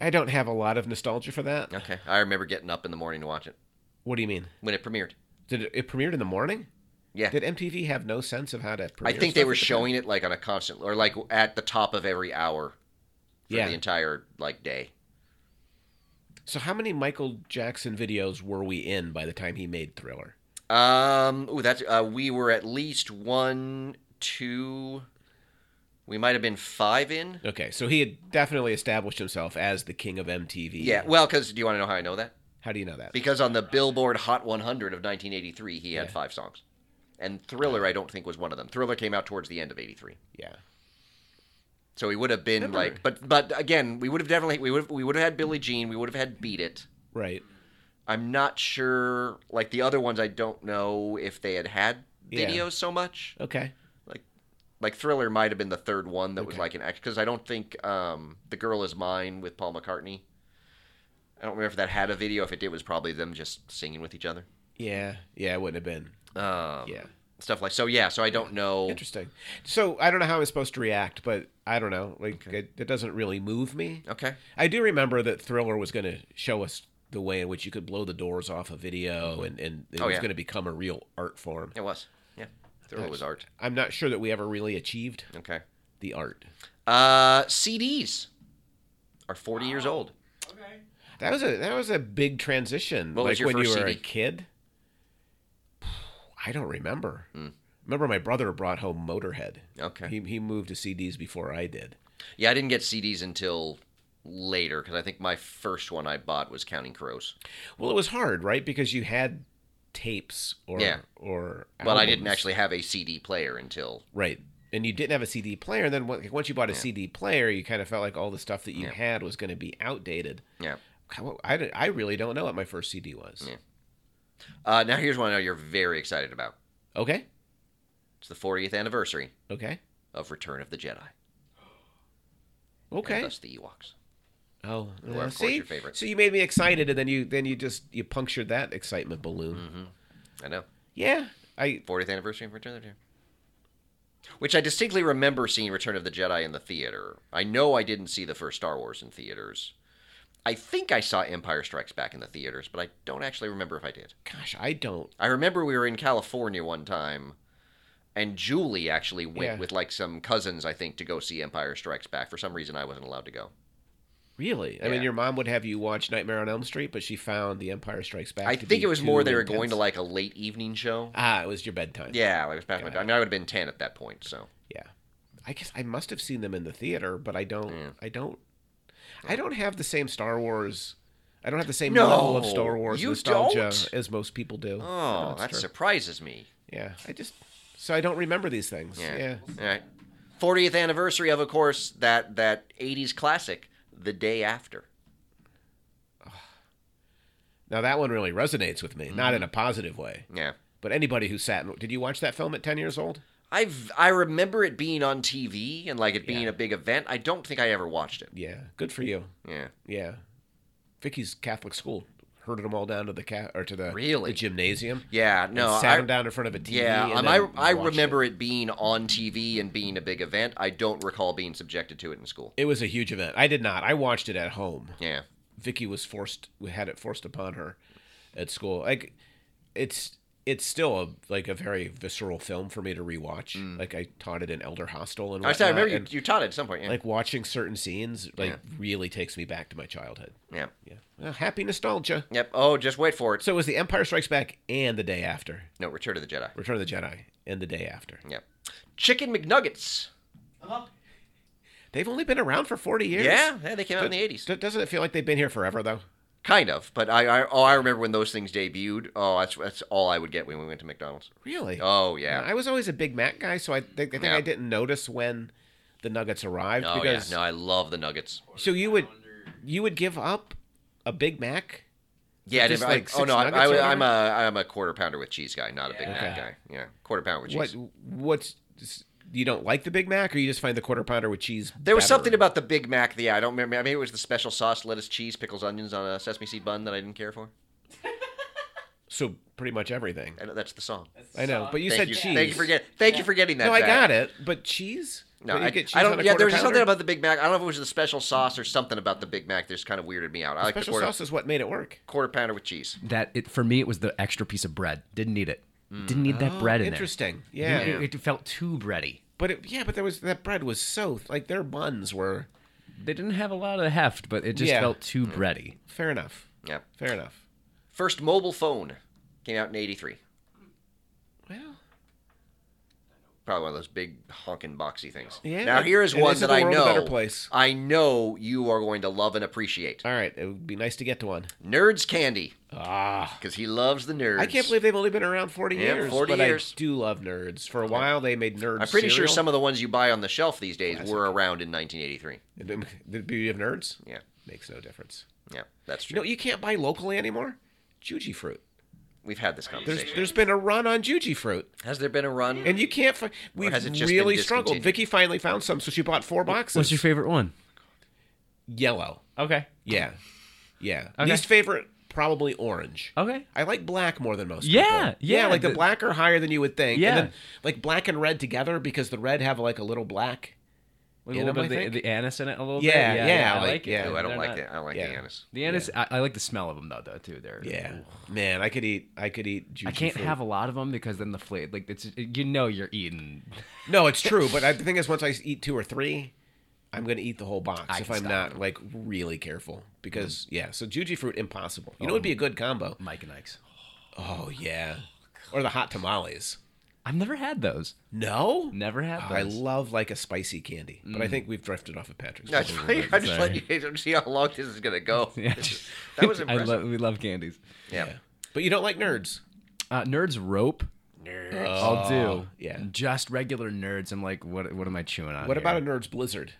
Speaker 2: I don't have a lot of nostalgia for that.
Speaker 1: Okay, I remember getting up in the morning to watch it
Speaker 2: What do you mean?
Speaker 1: when it premiered.
Speaker 2: Did it, it premiered in the morning?
Speaker 1: Yeah,
Speaker 2: Did MTV have no sense of how to
Speaker 1: I
Speaker 2: premiere?
Speaker 1: think they
Speaker 2: stuff
Speaker 1: were
Speaker 2: at the
Speaker 1: showing it like on a constant or like at the top of every hour for
Speaker 2: Yeah.
Speaker 1: the entire like day.
Speaker 2: time? So how many Michael Jackson videos were we in by the time he made Thriller?
Speaker 1: Um, ooh, that's uh, we were at least one, two. We might have been five in.
Speaker 2: Okay, so he had definitely established himself as the king of MTV.
Speaker 1: Yeah, well, because do you want to know how I know that?
Speaker 2: How do you know that?
Speaker 1: Because on the Billboard Hot 100 of 1983, he had
Speaker 2: Yeah.
Speaker 1: five songs, and Thriller I don't think was one of them. Thriller came out towards the end of '83,
Speaker 2: yeah.
Speaker 1: so we would have been
Speaker 2: Remember-
Speaker 1: like, but but again, we would have definitely we would have, we would have had Billie Jean, we would have had Beat It.
Speaker 2: Right.
Speaker 1: I'm not sure, like the other ones, I don't know if they had had
Speaker 2: Yeah.
Speaker 1: videos so much.
Speaker 2: Okay.
Speaker 1: like Thriller might have been the third one that was
Speaker 2: Okay.
Speaker 1: like an act because I don't think um, the Girl Is Mine with Paul McCartney. I don't remember if that had a video. If it did, it was probably them just singing with each other.
Speaker 2: Yeah. Yeah, it wouldn't have been.
Speaker 1: Um,
Speaker 2: Yeah.
Speaker 1: stuff like so. Yeah, so I don't know.
Speaker 2: Interesting. So I don't know how I'm supposed to react, but I don't know. Like it, it doesn't really move me.
Speaker 1: Okay,
Speaker 2: I do remember that Thriller was going to show us the way in which you could blow the doors off a video, and and it
Speaker 1: Oh,
Speaker 2: was
Speaker 1: yeah.
Speaker 2: going to become a real art form.
Speaker 1: it was. Yeah, Thriller was art.
Speaker 2: I'm not sure that we ever really achieved
Speaker 1: Okay,
Speaker 2: the art.
Speaker 1: uh, CDs are forty years old.
Speaker 4: Okay.
Speaker 2: That was a that was a big transition.
Speaker 1: What
Speaker 2: like
Speaker 1: was your
Speaker 2: when you
Speaker 1: first
Speaker 2: were a
Speaker 1: CD?
Speaker 2: kid. I don't remember. Remember, my brother brought home Motorhead.
Speaker 1: Hmm. Okay.
Speaker 2: He he moved to CDs before I did.
Speaker 1: Yeah, I didn't get CDs until later because I think my first one I bought was Counting Crows.
Speaker 2: Well, it was hard, right? Because you had tapes or
Speaker 1: Yeah.
Speaker 2: or.
Speaker 1: Well, I didn't
Speaker 2: albums.
Speaker 1: actually have a CD player until
Speaker 2: Right. And you didn't have a CD player. And then on- once you bought a CD player, you kind of felt like all the stuff that you
Speaker 1: Yeah.
Speaker 2: had was going to be outdated.
Speaker 1: yeah.
Speaker 2: How- I, d- I really don't know what my first CD was.
Speaker 1: Yeah. Uh, now here's one I know you're very excited about.
Speaker 2: Okay.
Speaker 1: It's the 40th anniversary
Speaker 2: Okay.
Speaker 1: of Return of the Jedi.
Speaker 2: Okay.
Speaker 1: And thus the Ewoks.
Speaker 2: oh,
Speaker 1: Or,
Speaker 2: uh,
Speaker 1: of course,
Speaker 2: see?
Speaker 1: your favorite.
Speaker 2: So you made me excited, and then you then you just you punctured that excitement balloon.
Speaker 1: Mm-hmm. I know.
Speaker 2: Yeah. I
Speaker 1: 40th anniversary of Return of the Jedi. Which I distinctly remember seeing Return of the Jedi in the theater. I know I didn't see the first Star Wars in theaters. I think I saw Empire Strikes Back in the theaters, but I don't actually remember if I did.
Speaker 2: gosh, I don't.
Speaker 1: I remember we were in California one time, and Julie actually went
Speaker 2: Yeah.
Speaker 1: with like some cousins, I think, to go see Empire Strikes Back. For some reason, I wasn't allowed to go.
Speaker 2: Really? I mean,
Speaker 1: Yeah.
Speaker 2: your mom would have you watch Nightmare on Elm Street, but she found The Empire Strikes Back.
Speaker 1: I
Speaker 2: to
Speaker 1: think
Speaker 2: be
Speaker 1: it was more
Speaker 2: too
Speaker 1: they were
Speaker 2: intense.
Speaker 1: going to like a late evening show.
Speaker 2: Ah, it was your bedtime.
Speaker 1: Yeah, like it was past my time. I mean, I would have been ten at that point. So
Speaker 2: Yeah. I guess I must have seen them in the theater, but I don't
Speaker 1: Yeah.
Speaker 2: I don't I don't have the same Star Wars I don't have the same
Speaker 1: No,
Speaker 2: level of Star Wars
Speaker 1: you
Speaker 2: nostalgia
Speaker 1: don't?
Speaker 2: as most people do. No,
Speaker 1: oh,
Speaker 2: that's
Speaker 1: that
Speaker 2: true.
Speaker 1: surprises me.
Speaker 2: Yeah. I just so I don't remember these things. Yeah.
Speaker 1: Yeah. All right. Fortieth anniversary of, of course, that that '80s classic, The Day After.
Speaker 2: Now that one really resonates with me,
Speaker 1: Mm-hmm.
Speaker 2: not in a positive way.
Speaker 1: Yeah.
Speaker 2: But anybody who sat and did you watch that film at 10 years old?
Speaker 1: I've I remember it being on TV and like it being
Speaker 2: Yeah.
Speaker 1: a big event. I don't think I ever watched it.
Speaker 2: Yeah. Good for you.
Speaker 1: Yeah.
Speaker 2: Yeah. Vicky's Catholic school herded them all down to the ca- or to the
Speaker 1: Really?
Speaker 2: the gymnasium.
Speaker 1: Yeah.
Speaker 2: No,
Speaker 1: No.
Speaker 2: sat
Speaker 1: I,
Speaker 2: them down in front of a TV.
Speaker 1: yeah.
Speaker 2: and
Speaker 1: um,
Speaker 2: then
Speaker 1: I I
Speaker 2: watched it.
Speaker 1: remember it. being on TV and being a big event. I don't recall being subjected to it in school.
Speaker 2: It was a huge event. I did not. I watched it at home.
Speaker 1: Yeah.
Speaker 2: Vicky was forced. We had it forced upon her at school. Like it's it's still a like a very visceral film for me to rewatch. Like I taught it in Elder Hostel and
Speaker 1: Mm. I, said, I
Speaker 2: whatnot,
Speaker 1: remember you,
Speaker 2: and,
Speaker 1: you taught it at some point. Yeah.
Speaker 2: like watching certain scenes like
Speaker 1: Yeah.
Speaker 2: really takes me back to my childhood.
Speaker 1: yeah.
Speaker 2: Yeah, well, happy nostalgia.
Speaker 1: Yep. Oh, just wait for it.
Speaker 2: So it was The Empire Strikes Back and The Day After,
Speaker 1: No, Return of the Jedi.
Speaker 2: Return of the Jedi, and The Day After.
Speaker 1: Yep. Chicken McNuggets.
Speaker 4: Uh-huh.
Speaker 2: They've only been around for forty years.
Speaker 1: Yeah, yeah, they came out in the 80s.
Speaker 2: Do- Doesn't it feel like they've been here forever though?
Speaker 1: Kind of, but I, I oh I remember when those things debuted. Oh, that's that's all I would get when we went to McDonald's.
Speaker 2: Really?
Speaker 1: Oh yeah.
Speaker 2: I was always a Big Mac guy, so I, think- I think
Speaker 1: Yeah.
Speaker 2: I didn't notice when the nuggets arrived
Speaker 1: Oh
Speaker 2: because
Speaker 1: yeah. No, I love the nuggets.
Speaker 2: so you would
Speaker 4: Pounder.
Speaker 2: you would give up a Big Mac.
Speaker 1: Yeah, I
Speaker 2: Just
Speaker 1: never- I-
Speaker 2: like
Speaker 1: oh
Speaker 2: six
Speaker 1: no, I,
Speaker 2: nuggets or
Speaker 1: I, I'm a I'm a quarter pounder with cheese guy, not a
Speaker 4: Yeah.
Speaker 1: Big Mac guy.
Speaker 2: Okay.
Speaker 1: Yeah, quarter pounder with cheese.
Speaker 2: What what's you don't like the Big Mac, or you just find the quarter pounder with cheese?
Speaker 1: There was
Speaker 2: better?
Speaker 1: something about the Big Mac. The I don't remember. I mean, it was the special sauce, lettuce, cheese, pickles, onions on a sesame seed bun that I didn't care for.
Speaker 2: so pretty much everything.
Speaker 1: I know, that's the song.
Speaker 4: That's
Speaker 2: I know,
Speaker 4: soft.
Speaker 2: but you
Speaker 1: thank
Speaker 2: said
Speaker 1: you,
Speaker 2: cheese.
Speaker 1: Thank you for get, Thank you
Speaker 4: Yeah.
Speaker 1: for getting that.
Speaker 2: no, I
Speaker 1: Zach.
Speaker 2: got it, but cheese.
Speaker 1: No,
Speaker 2: But you
Speaker 1: I,
Speaker 2: get cheese
Speaker 1: I
Speaker 2: on
Speaker 1: don't.
Speaker 2: a
Speaker 1: Yeah, there was
Speaker 2: quarter
Speaker 1: something
Speaker 2: pounder?
Speaker 1: about the Big Mac. I don't know if it was the special sauce or something about the Big Mac that's kind of weirded me out. I like the
Speaker 2: special
Speaker 1: quarter,
Speaker 2: sauce is what made it work.
Speaker 1: quarter pounder with cheese.
Speaker 3: That it for me, it was the extra piece of bread. Didn't need it. Didn't need that bread in there.
Speaker 2: Oh, Interesting.
Speaker 3: It-
Speaker 2: Yeah.
Speaker 3: It, it felt too bready.
Speaker 2: But it, yeah, but there was that bread was so like their buns were
Speaker 3: They didn't have a lot of heft, but it just
Speaker 2: Yeah. Mm.
Speaker 3: felt too bready.
Speaker 2: fair enough.
Speaker 1: Yeah.
Speaker 2: Fair enough.
Speaker 1: First mobile phone came out in '83.
Speaker 2: Well,
Speaker 1: Probably one of those big honking boxy things.
Speaker 2: Yeah.
Speaker 1: Now here is
Speaker 2: And
Speaker 1: one
Speaker 2: this is
Speaker 1: that
Speaker 2: the
Speaker 1: I
Speaker 2: world a
Speaker 1: know.
Speaker 2: better place.
Speaker 1: I know you are going to love and appreciate.
Speaker 2: all right. It would be nice to get to one.
Speaker 1: Nerds Candy,
Speaker 2: Ah,
Speaker 1: because he loves the nerds.
Speaker 2: I can't believe they've only been around forty
Speaker 1: Yeah,
Speaker 2: years.
Speaker 1: 40
Speaker 2: but
Speaker 1: years.
Speaker 2: I do love nerds. For a while, they made nerds.
Speaker 1: I'm pretty sure
Speaker 2: cereal.
Speaker 1: some of the ones you buy on the shelf these days were around in 1983.
Speaker 2: The beauty of nerds
Speaker 1: Yeah,
Speaker 2: makes no difference.
Speaker 1: yeah, that's
Speaker 2: You
Speaker 1: true.
Speaker 2: know, you can't buy locally anymore. Juji fruit.
Speaker 1: We've had this
Speaker 2: There's
Speaker 1: conversation.
Speaker 2: there's been a run on Juji fruit,
Speaker 1: Has there been a run?
Speaker 2: and you can't. Fi- we've
Speaker 1: has it just been
Speaker 2: really struggled.
Speaker 1: discontinued?
Speaker 2: Vicky finally found some, so she bought four boxes.
Speaker 3: What's your favorite one?
Speaker 2: Yellow.
Speaker 3: Okay.
Speaker 2: Yeah, yeah.
Speaker 3: Okay. Oh,
Speaker 2: Least favorite probably orange.
Speaker 3: Okay.
Speaker 2: I like black more than most.
Speaker 3: Yeah,
Speaker 2: people.
Speaker 3: yeah,
Speaker 2: Like the,
Speaker 3: the-
Speaker 2: black are higher than you would think.
Speaker 3: Yeah.
Speaker 2: and then, like black and red together because the red have like a little black.
Speaker 3: With
Speaker 2: In
Speaker 3: a little
Speaker 2: them,
Speaker 3: bit
Speaker 2: I
Speaker 3: of the,
Speaker 2: think?
Speaker 3: the anise in it a little
Speaker 2: Yeah,
Speaker 3: bit.
Speaker 2: yeah, I like-
Speaker 3: it.
Speaker 2: yeah.
Speaker 1: Ooh, I don't
Speaker 3: They're
Speaker 1: like
Speaker 3: not-
Speaker 1: that. I don't like
Speaker 2: yeah.
Speaker 1: the anise.
Speaker 3: The anise, I, I like the smell of them though, though too. They're
Speaker 2: Yeah, man, I could eat. I could eat. Juju
Speaker 3: I can't
Speaker 2: fruit.
Speaker 3: have a lot of them because then the flavor, like it's you know you're eating.
Speaker 2: No, it's true, but I, the thing is, once I eat two or three, I'm gonna eat the whole box if
Speaker 3: can
Speaker 2: I'm
Speaker 3: stop Mm.
Speaker 2: not like really careful. Because yeah, so Juji fruit impossible.
Speaker 3: Oh
Speaker 2: You know, it'd be a good combo.
Speaker 3: Mike and Ike's.
Speaker 2: Oh yeah,
Speaker 3: Oh,
Speaker 2: or the hot tamales.
Speaker 3: I've never had those.
Speaker 2: No,
Speaker 3: Never had
Speaker 2: I
Speaker 3: those. Mm.
Speaker 2: love like a spicy candy, but I think we've drifted off of Patrick's.
Speaker 1: No, it's
Speaker 2: point.
Speaker 1: funny. I just let you guys see how long this is gonna go. That was impressive.
Speaker 3: I love, we love candies.
Speaker 1: yeah.
Speaker 2: Yeah. But you don't like nerds.
Speaker 3: Uh, nerds rope. Nerds. I'll
Speaker 1: Oh,
Speaker 3: do.
Speaker 2: Oh, yeah.
Speaker 3: Just regular nerds. I'm like, what? What am I chewing on?
Speaker 2: What
Speaker 3: here?
Speaker 2: about a Nerds Blizzard?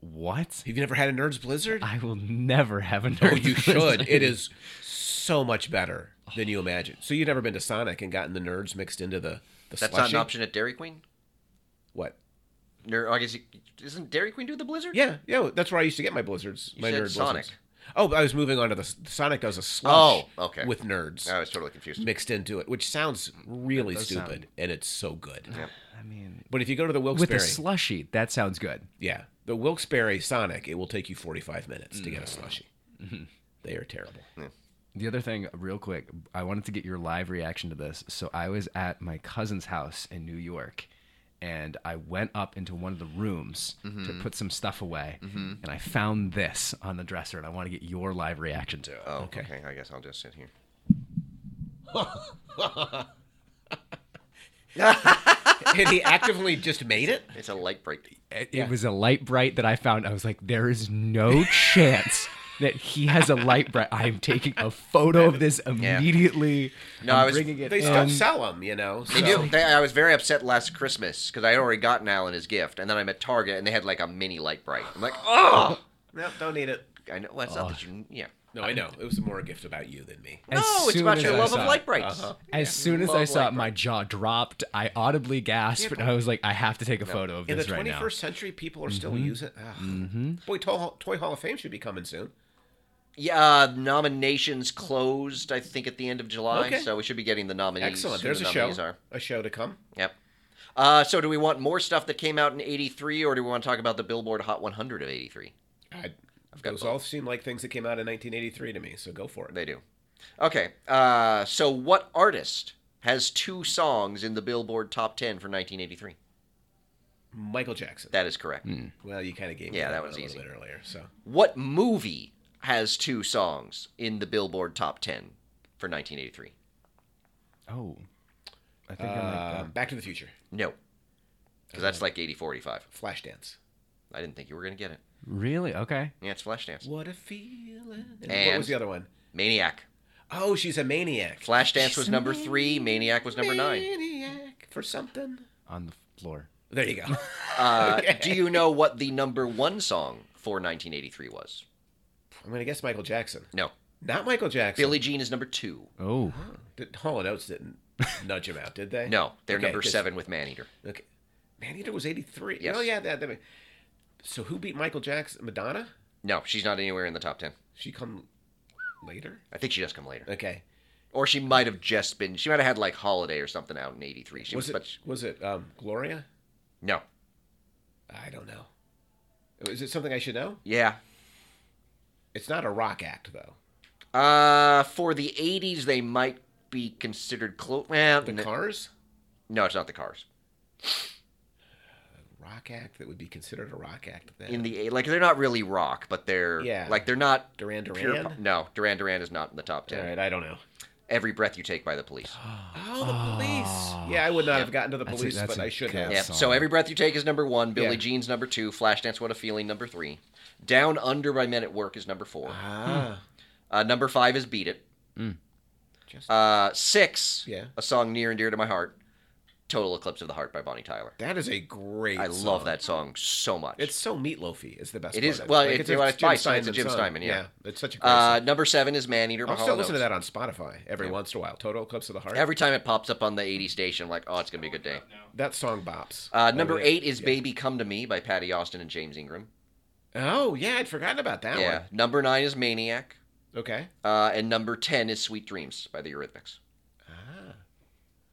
Speaker 3: what?
Speaker 2: Have you never had a Nerds Blizzard?
Speaker 3: I will never have a nerd.
Speaker 2: Oh, you should. It is so much better than you imagine. So you've never been to Sonic and gotten the nerds mixed into the the
Speaker 1: That's not
Speaker 2: slushy?
Speaker 1: an option at Dairy Queen.
Speaker 2: What?
Speaker 1: Ner- I guess you, isn't Dairy Queen do the Blizzard?
Speaker 2: Yeah, yeah. That's where I used to get my blizzards. my
Speaker 1: said
Speaker 2: nerd
Speaker 1: Sonic.
Speaker 2: blizzards. Oh, but I was moving on to the Sonic does a slush.
Speaker 1: Oh, okay.
Speaker 2: With nerds
Speaker 1: I was totally confused.
Speaker 2: mixed into it, which sounds really
Speaker 3: does
Speaker 2: stupid,
Speaker 3: sound-
Speaker 2: and it's so good.
Speaker 3: I mean,
Speaker 2: But if you go to the
Speaker 3: with a
Speaker 2: Wilkes-Barre,
Speaker 3: slushy, that sounds good.
Speaker 2: yeah, the Wilkes-Barre Sonic, it will take you 45 minutes to get
Speaker 3: Mm.
Speaker 2: a slushy.
Speaker 3: Mm-hmm.
Speaker 2: They are terrible.
Speaker 3: The other thing, real quick, I wanted to get your live reaction to this. So I was at my cousin's house in New York, and I went up into one of the rooms
Speaker 2: Mm-hmm.
Speaker 3: to put some stuff away, and I found this on the dresser, and I want to get your live reaction to it.
Speaker 1: Oh, okay.
Speaker 2: Okay.
Speaker 1: I guess I'll just sit here.
Speaker 2: and he actively just made it.
Speaker 1: It's a light break.
Speaker 3: It, it was a light bright that I found. I was like, there is no chance that he has a light bright. I'm taking a photo of this immediately.
Speaker 1: No,
Speaker 3: I'm
Speaker 1: I was-
Speaker 3: bringing it
Speaker 2: They still
Speaker 3: in.
Speaker 2: sell them, you know.
Speaker 1: They
Speaker 2: so-
Speaker 1: do. They, I was very upset last Christmas because I had already gotten Alan his gift, and then I'm at Target and they had like a mini light bright. I'm like, oh,
Speaker 2: Nope, don't need it.
Speaker 1: I know. What's up? That you, yeah.
Speaker 2: No, I know. It was more a gift about you than me.
Speaker 3: As
Speaker 1: no, it's
Speaker 3: soon
Speaker 1: about
Speaker 3: as
Speaker 1: your
Speaker 3: I
Speaker 1: love of
Speaker 3: saw it.
Speaker 1: light brights.
Speaker 3: As soon as
Speaker 1: Love
Speaker 3: I saw
Speaker 1: light
Speaker 3: it, my jaw dropped. I audibly gasped, and I was like, I have to take a photo of
Speaker 2: In the
Speaker 3: this
Speaker 2: 21st
Speaker 3: right now. Mm-hmm.
Speaker 2: century, people are still using. Ugh. Boy, Toy Hall, Toy Hall of Fame should be coming soon.
Speaker 1: Yeah, uh, nominations closed. I think at the end of July,
Speaker 2: Okay.
Speaker 1: so we should be getting the nominees.
Speaker 2: Excellent.
Speaker 1: who
Speaker 2: There's a
Speaker 1: the
Speaker 2: show.
Speaker 1: nominees Are.
Speaker 2: A show to come.
Speaker 1: Yep. Uh, so, do we want more stuff that came out in '83, or do we want to talk about the Billboard Hot 100 of '83?
Speaker 2: God,
Speaker 1: got
Speaker 2: those all seem like things that came out in 1983 to me. So go for it.
Speaker 1: They do. Okay. Uh, so, what artist has two songs in the Billboard Top 10 for 1983.
Speaker 2: Michael Jackson.
Speaker 1: That is correct.
Speaker 2: Well, you kind of gave me
Speaker 1: Yeah,
Speaker 2: that,
Speaker 1: that
Speaker 2: one
Speaker 1: was
Speaker 2: a little
Speaker 1: easy.
Speaker 2: bit earlier. So
Speaker 1: What movie has two songs in the Billboard Top 10 for 1983?
Speaker 3: Oh, I think I
Speaker 2: uh,
Speaker 3: like that.
Speaker 2: Back to the Future,
Speaker 1: No. Because that's like 80 45.
Speaker 2: Flashdance.
Speaker 1: I didn't think you were going to get it.
Speaker 3: Really? Okay.
Speaker 1: Yeah, it's Flashdance.
Speaker 2: What a feeling. And what
Speaker 1: And-
Speaker 2: was the other one?
Speaker 1: Maniac.
Speaker 2: Oh, she's a maniac.
Speaker 1: Flashdance was number three. Maniac was number nine.
Speaker 2: Maniac for something.
Speaker 3: On the floor.
Speaker 2: There you go.
Speaker 1: Uh,
Speaker 2: Okay.
Speaker 1: Do you know what the number one song for 1983 was?
Speaker 2: I'm gonna guess Michael Jackson.
Speaker 1: No.
Speaker 2: Not Michael Jackson.
Speaker 1: Billie Jean is number two.
Speaker 3: Oh,
Speaker 2: Did, Hall and Oates didn't nudge him out, did they?
Speaker 1: No, they're
Speaker 2: Okay,
Speaker 1: number
Speaker 2: 'cause-
Speaker 1: seven with Maneater.
Speaker 2: Okay. Maneater was 83.
Speaker 1: Yes.
Speaker 2: Oh yeah, that, that. So who beat Michael Jackson? Madonna?
Speaker 1: No, she's not anywhere in the top ten.
Speaker 2: She come later?
Speaker 1: I think she does come later,
Speaker 2: Okay.
Speaker 1: or she might have just been. She might have had like Holiday or something out in '83. She
Speaker 2: was
Speaker 1: was,
Speaker 2: it
Speaker 1: but
Speaker 2: was it um, Gloria?
Speaker 1: no,
Speaker 2: I don't know. Is it something I should know?
Speaker 1: yeah.
Speaker 2: It's not a rock act though.
Speaker 1: Uh, for the '80s, they might be considered close. Well,
Speaker 2: The
Speaker 1: n-
Speaker 2: Cars?
Speaker 1: no, it's not the Cars.
Speaker 2: Rock act that would be considered a rock act then.
Speaker 1: In the eight- like, they're not really rock, but they're
Speaker 2: Yeah.
Speaker 1: like they're not.
Speaker 2: Duran
Speaker 1: Pure
Speaker 2: Duran.
Speaker 1: pop- no, Duran Duran is not in the top
Speaker 2: All
Speaker 1: ten.
Speaker 2: right, I don't know.
Speaker 1: Every breath you take by the police.
Speaker 2: Oh, the police. Yeah, I would not have gotten to the
Speaker 3: Ah. That's a-
Speaker 2: police,
Speaker 3: that's
Speaker 2: but
Speaker 3: a
Speaker 2: I should
Speaker 3: good
Speaker 2: have.
Speaker 1: Yeah.
Speaker 3: song.
Speaker 1: So every breath you take is number one. Billie
Speaker 2: Yeah.
Speaker 1: Jean's number two. Flashdance, what a feeling, number three. Down Under by Men at Work is number four.
Speaker 2: Ah,
Speaker 1: Uh, number five is Beat It.
Speaker 2: Just-
Speaker 1: Uh, six,
Speaker 2: Yeah.
Speaker 1: a song near and dear to my heart, Total Eclipse of the Heart by Bonnie Tyler.
Speaker 2: that is a great.
Speaker 1: I
Speaker 2: song.
Speaker 1: love that song so much.
Speaker 2: It's so meatloafy. Is the best.
Speaker 1: It
Speaker 2: part
Speaker 1: is-
Speaker 2: of
Speaker 1: well,
Speaker 2: Like,
Speaker 1: it- you know what, it's by- it's a Jim
Speaker 2: song.
Speaker 1: Steinman, yeah.
Speaker 2: it's such a great.
Speaker 1: uh,
Speaker 2: song.
Speaker 1: number seven is Man Eater by
Speaker 2: I'll
Speaker 1: Hollow
Speaker 2: still listen to
Speaker 1: Notes.
Speaker 2: that on Spotify every once in a while. Total Eclipse of the Heart.
Speaker 1: Every time it pops up on the 80 station, I'm like, oh, it's going to be a good day.
Speaker 4: No.
Speaker 2: that song bops.
Speaker 1: Uh,
Speaker 2: By
Speaker 1: number
Speaker 2: the way.
Speaker 1: eight is Baby Come to Me by Patty Austin and James Ingram.
Speaker 2: Oh yeah, I'd forgotten about that
Speaker 1: yeah. Number nine is Maniac.
Speaker 2: one. Okay.
Speaker 1: Uh, and number 10 is Sweet Dreams by the Eurythmics.
Speaker 2: Ah.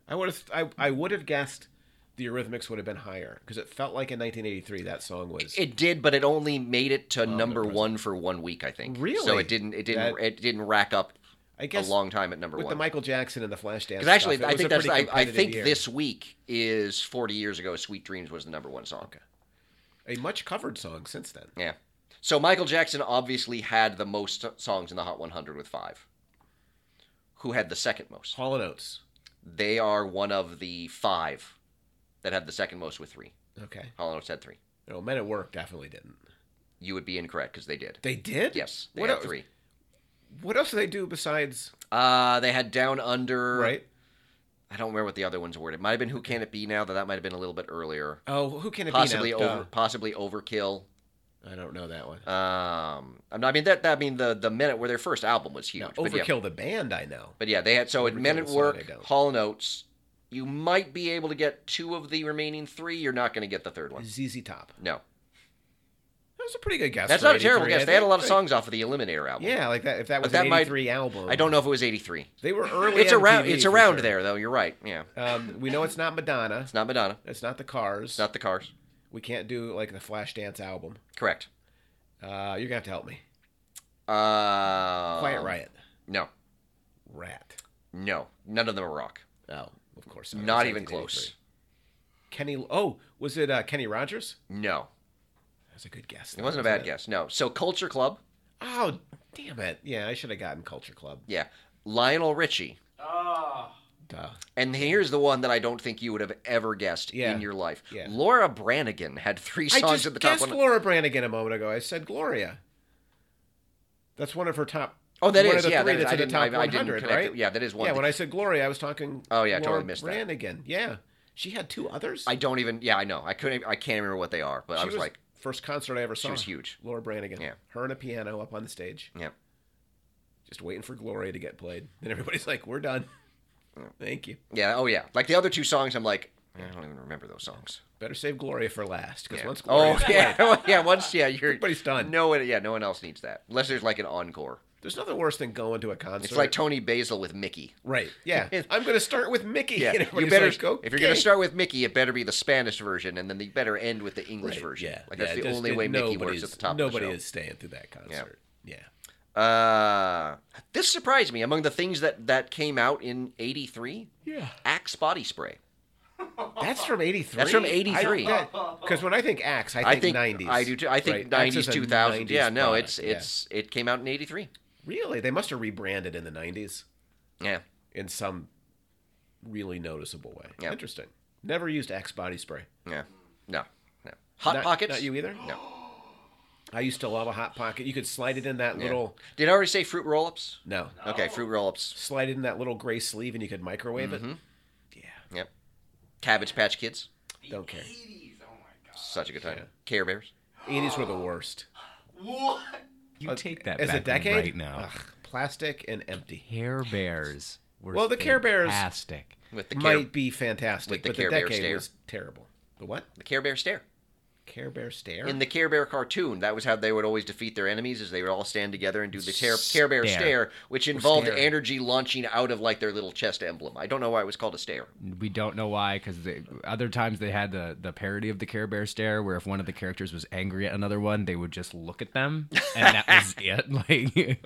Speaker 2: I would have. I, I would have guessed the Eurythmics would have been higher because it felt like in 1983 that song was.
Speaker 1: It did, but it only made it
Speaker 2: Oh,
Speaker 1: to number
Speaker 2: impressive.
Speaker 1: one for one week, I think. So
Speaker 2: Really?
Speaker 1: it didn't. It didn't.
Speaker 2: That-
Speaker 1: it didn't rack up
Speaker 2: I
Speaker 1: a
Speaker 2: guess
Speaker 1: long time at number
Speaker 2: with the
Speaker 1: one.
Speaker 2: Michael Jackson and the Flashdance.
Speaker 1: Because actually,
Speaker 2: stuff, it
Speaker 1: I
Speaker 2: was
Speaker 1: think
Speaker 2: a
Speaker 1: that's.
Speaker 2: pretty
Speaker 1: I, I
Speaker 2: competitive
Speaker 1: think
Speaker 2: year.
Speaker 1: this week is 40 years ago. Sweet Dreams was the number one song.
Speaker 2: a much covered song since then.
Speaker 1: Yeah. So Michael Jackson obviously had the most songs in the Hot 100 with five. Who had the second most?
Speaker 2: Hall and Oates.
Speaker 1: They are one of the five that had the second most with three.
Speaker 2: Okay.
Speaker 1: Hollow Notes had three.
Speaker 2: No, Men at Work definitely didn't.
Speaker 1: You would be incorrect because they did.
Speaker 2: They did.
Speaker 1: Yes, they
Speaker 2: What
Speaker 1: had
Speaker 2: else?
Speaker 1: three.
Speaker 2: What else do they do besides
Speaker 1: Uh, they had Down Under.
Speaker 2: right?
Speaker 1: I don't remember what the other ones were. It might have been Who Can It Be Now, though that might have been a little bit earlier.
Speaker 2: Oh, who can it
Speaker 1: Possibly
Speaker 2: be now?
Speaker 1: over, possibly Overkill.
Speaker 2: Duh. I don't know that one.
Speaker 1: Um, I'm not- I mean that. that I mean the the minute where their first album was huge.
Speaker 2: No,
Speaker 1: but yeah.
Speaker 2: Overkill the band. I know.
Speaker 1: But yeah, they had so at
Speaker 2: Overkill
Speaker 1: Men at
Speaker 2: was something I
Speaker 1: Work,
Speaker 2: don't.
Speaker 1: Hall and Oates. You might be able to get two of the remaining three. You're not going to get the third one.
Speaker 2: ZZ Top.
Speaker 1: No,
Speaker 2: That was a pretty good guess.
Speaker 1: that's
Speaker 2: for
Speaker 1: not a terrible
Speaker 2: 83,
Speaker 1: guess.
Speaker 2: I
Speaker 1: They had a
Speaker 2: think.
Speaker 1: lot of songs off of the Eliminator album.
Speaker 2: Yeah, like that. If that was
Speaker 1: that
Speaker 2: an
Speaker 1: might-
Speaker 2: '83 album,
Speaker 1: I don't know if it was '83.
Speaker 2: They were early.
Speaker 1: It's around.
Speaker 2: MTV
Speaker 1: It's
Speaker 2: for
Speaker 1: around
Speaker 2: sure.
Speaker 1: there though. You're right. Yeah,
Speaker 2: Um, we know it's not Madonna.
Speaker 1: it's not Madonna.
Speaker 2: It's not the Cars.
Speaker 1: It's not the Cars.
Speaker 2: We can't do like the Flashdance album.
Speaker 1: Correct.
Speaker 2: Uh, you're gonna have to help me.
Speaker 1: Uh,
Speaker 2: Quiet Riot.
Speaker 1: No,
Speaker 2: Rat.
Speaker 1: no, none of them are rock.
Speaker 2: Oh, of course.
Speaker 1: Not
Speaker 2: It's
Speaker 1: even
Speaker 2: 1983.
Speaker 1: close.
Speaker 2: Kenny. Oh, was it uh, Kenny Rogers?
Speaker 1: No,
Speaker 2: That's a good guess.
Speaker 1: it wasn't a
Speaker 2: though,
Speaker 1: bad guess. No. So Culture Club.
Speaker 2: Oh, damn it. Yeah, I should have gotten Culture Club.
Speaker 1: Yeah, Lionel Richie.
Speaker 4: Oh.
Speaker 2: Duh.
Speaker 1: And here's the one that I don't think you would have ever guessed
Speaker 2: Yeah.
Speaker 1: in your life.
Speaker 2: Yeah.
Speaker 1: Laura Branigan had three
Speaker 2: I
Speaker 1: songs
Speaker 2: just
Speaker 1: at the top
Speaker 2: guessed
Speaker 1: one.
Speaker 2: Laura Branigan a moment ago. I said Gloria. That's one of her top.
Speaker 1: oh, that
Speaker 2: one
Speaker 1: is
Speaker 2: of the
Speaker 1: yeah.
Speaker 2: three
Speaker 1: That is,
Speaker 2: that's
Speaker 1: I
Speaker 2: in the
Speaker 1: didn't, I,
Speaker 2: top
Speaker 1: I didn't
Speaker 2: 100,
Speaker 1: connect.
Speaker 2: right?
Speaker 1: it. Yeah, that is one.
Speaker 2: yeah,
Speaker 1: thing.
Speaker 2: when I said Gloria, I was talking.
Speaker 1: Oh, yeah, I
Speaker 2: Laura
Speaker 1: totally missed that.
Speaker 2: Branigan. Yeah, she had two others.
Speaker 1: I don't even. Yeah, I know. I couldn't. I can't remember what they are. But
Speaker 2: She
Speaker 1: I was, like,
Speaker 2: first concert I ever saw.
Speaker 1: was huge.
Speaker 2: Laura Branigan.
Speaker 1: Yeah.
Speaker 2: her and a piano up on the stage,
Speaker 1: yeah.
Speaker 2: just waiting for Gloria to get played. And everybody's like, "We're done. Thank you.
Speaker 1: Yeah. Oh, yeah. Like the other two songs, I'm like, I don't even remember those songs.
Speaker 2: Better save Gloria for last, because
Speaker 1: Yeah.
Speaker 2: once Gloria,
Speaker 1: oh, yeah. well, yeah. Once, yeah, you're.
Speaker 2: everybody's done.
Speaker 1: No one. Yeah, no one else needs that unless there's like an encore.
Speaker 2: There's nothing worse than going to a concert.
Speaker 1: It's like Tony Basil with Mickey.
Speaker 2: right. Yeah, I'm going to start with Mickey.
Speaker 1: Yeah,
Speaker 2: and
Speaker 1: you
Speaker 2: everybody's
Speaker 1: better
Speaker 2: like,
Speaker 1: if you're going
Speaker 2: "Okay."
Speaker 1: to start with Mickey, it better be the Spanish version, and then you better end with the English
Speaker 2: Right,
Speaker 1: version.
Speaker 2: Yeah,
Speaker 1: like that's
Speaker 2: yeah,
Speaker 1: the
Speaker 2: just-
Speaker 1: only
Speaker 2: it-
Speaker 1: way Mickey works
Speaker 2: nobody's-
Speaker 1: at the top.
Speaker 2: Nobody
Speaker 1: of the show.
Speaker 2: is staying through that concert. Yeah.
Speaker 1: Uh, this surprised me. Among the things that that came out in '83,
Speaker 2: Yeah.
Speaker 1: Axe body spray.
Speaker 2: That's from 83.
Speaker 1: That's from 83.
Speaker 2: Because when I think Axe, I
Speaker 1: I
Speaker 2: think,
Speaker 1: think
Speaker 2: 90s.
Speaker 1: I do too. I think
Speaker 2: right? Axe is
Speaker 1: '90s,
Speaker 2: a
Speaker 1: 2000. yeah,
Speaker 2: 90s
Speaker 1: no,
Speaker 2: product,
Speaker 1: it's
Speaker 2: yeah.
Speaker 1: it's it came out in '83.
Speaker 2: Really? They must have rebranded in the 90s
Speaker 1: Yeah.
Speaker 2: in some really noticeable way.
Speaker 1: Yeah.
Speaker 2: Interesting. Never used Axe body spray.
Speaker 1: Yeah. No. No. Hot
Speaker 2: Not-
Speaker 1: pockets.
Speaker 2: Not you either?
Speaker 1: No.
Speaker 2: I used to love a Hot Pocket. You could slide it in that little.
Speaker 1: Did I already say fruit roll-ups?
Speaker 2: No.
Speaker 1: Okay, fruit roll-ups.
Speaker 2: Slide it in that little gray sleeve and you could microwave it.
Speaker 1: Mm-hmm. Yep. Cabbage Patch Kids.
Speaker 4: The
Speaker 2: Don't care.
Speaker 4: 80s. Oh my god.
Speaker 1: Such a good time.
Speaker 2: Yeah.
Speaker 1: Care Bears.
Speaker 2: 80s were the worst.
Speaker 4: What?
Speaker 3: You take that
Speaker 2: As
Speaker 3: back
Speaker 2: a decade?
Speaker 3: right now.
Speaker 2: Ugh, plastic and empty.
Speaker 3: Care Bears were
Speaker 2: Well, the Care Bears-
Speaker 3: fantastic.
Speaker 1: With the Care,
Speaker 2: Might be fantastic,
Speaker 1: with the
Speaker 2: but the
Speaker 1: Care Bear
Speaker 2: decade
Speaker 1: stare.
Speaker 2: was terrible. The what?
Speaker 1: the Care Bear stare.
Speaker 2: Care Bear stare?
Speaker 1: In the Care Bear cartoon, that was how they would always defeat their enemies, is they would all stand together and do the Care, Care Bear
Speaker 3: Stare.
Speaker 1: stare, which involved
Speaker 2: stare.
Speaker 1: energy launching out of like their little chest emblem. I don't know why it was called a stare.
Speaker 3: We don't know why, because other times they had the, the parody of the Care Bear stare, where if one of the characters was angry at another one, they would just look at them, and that was it. Like,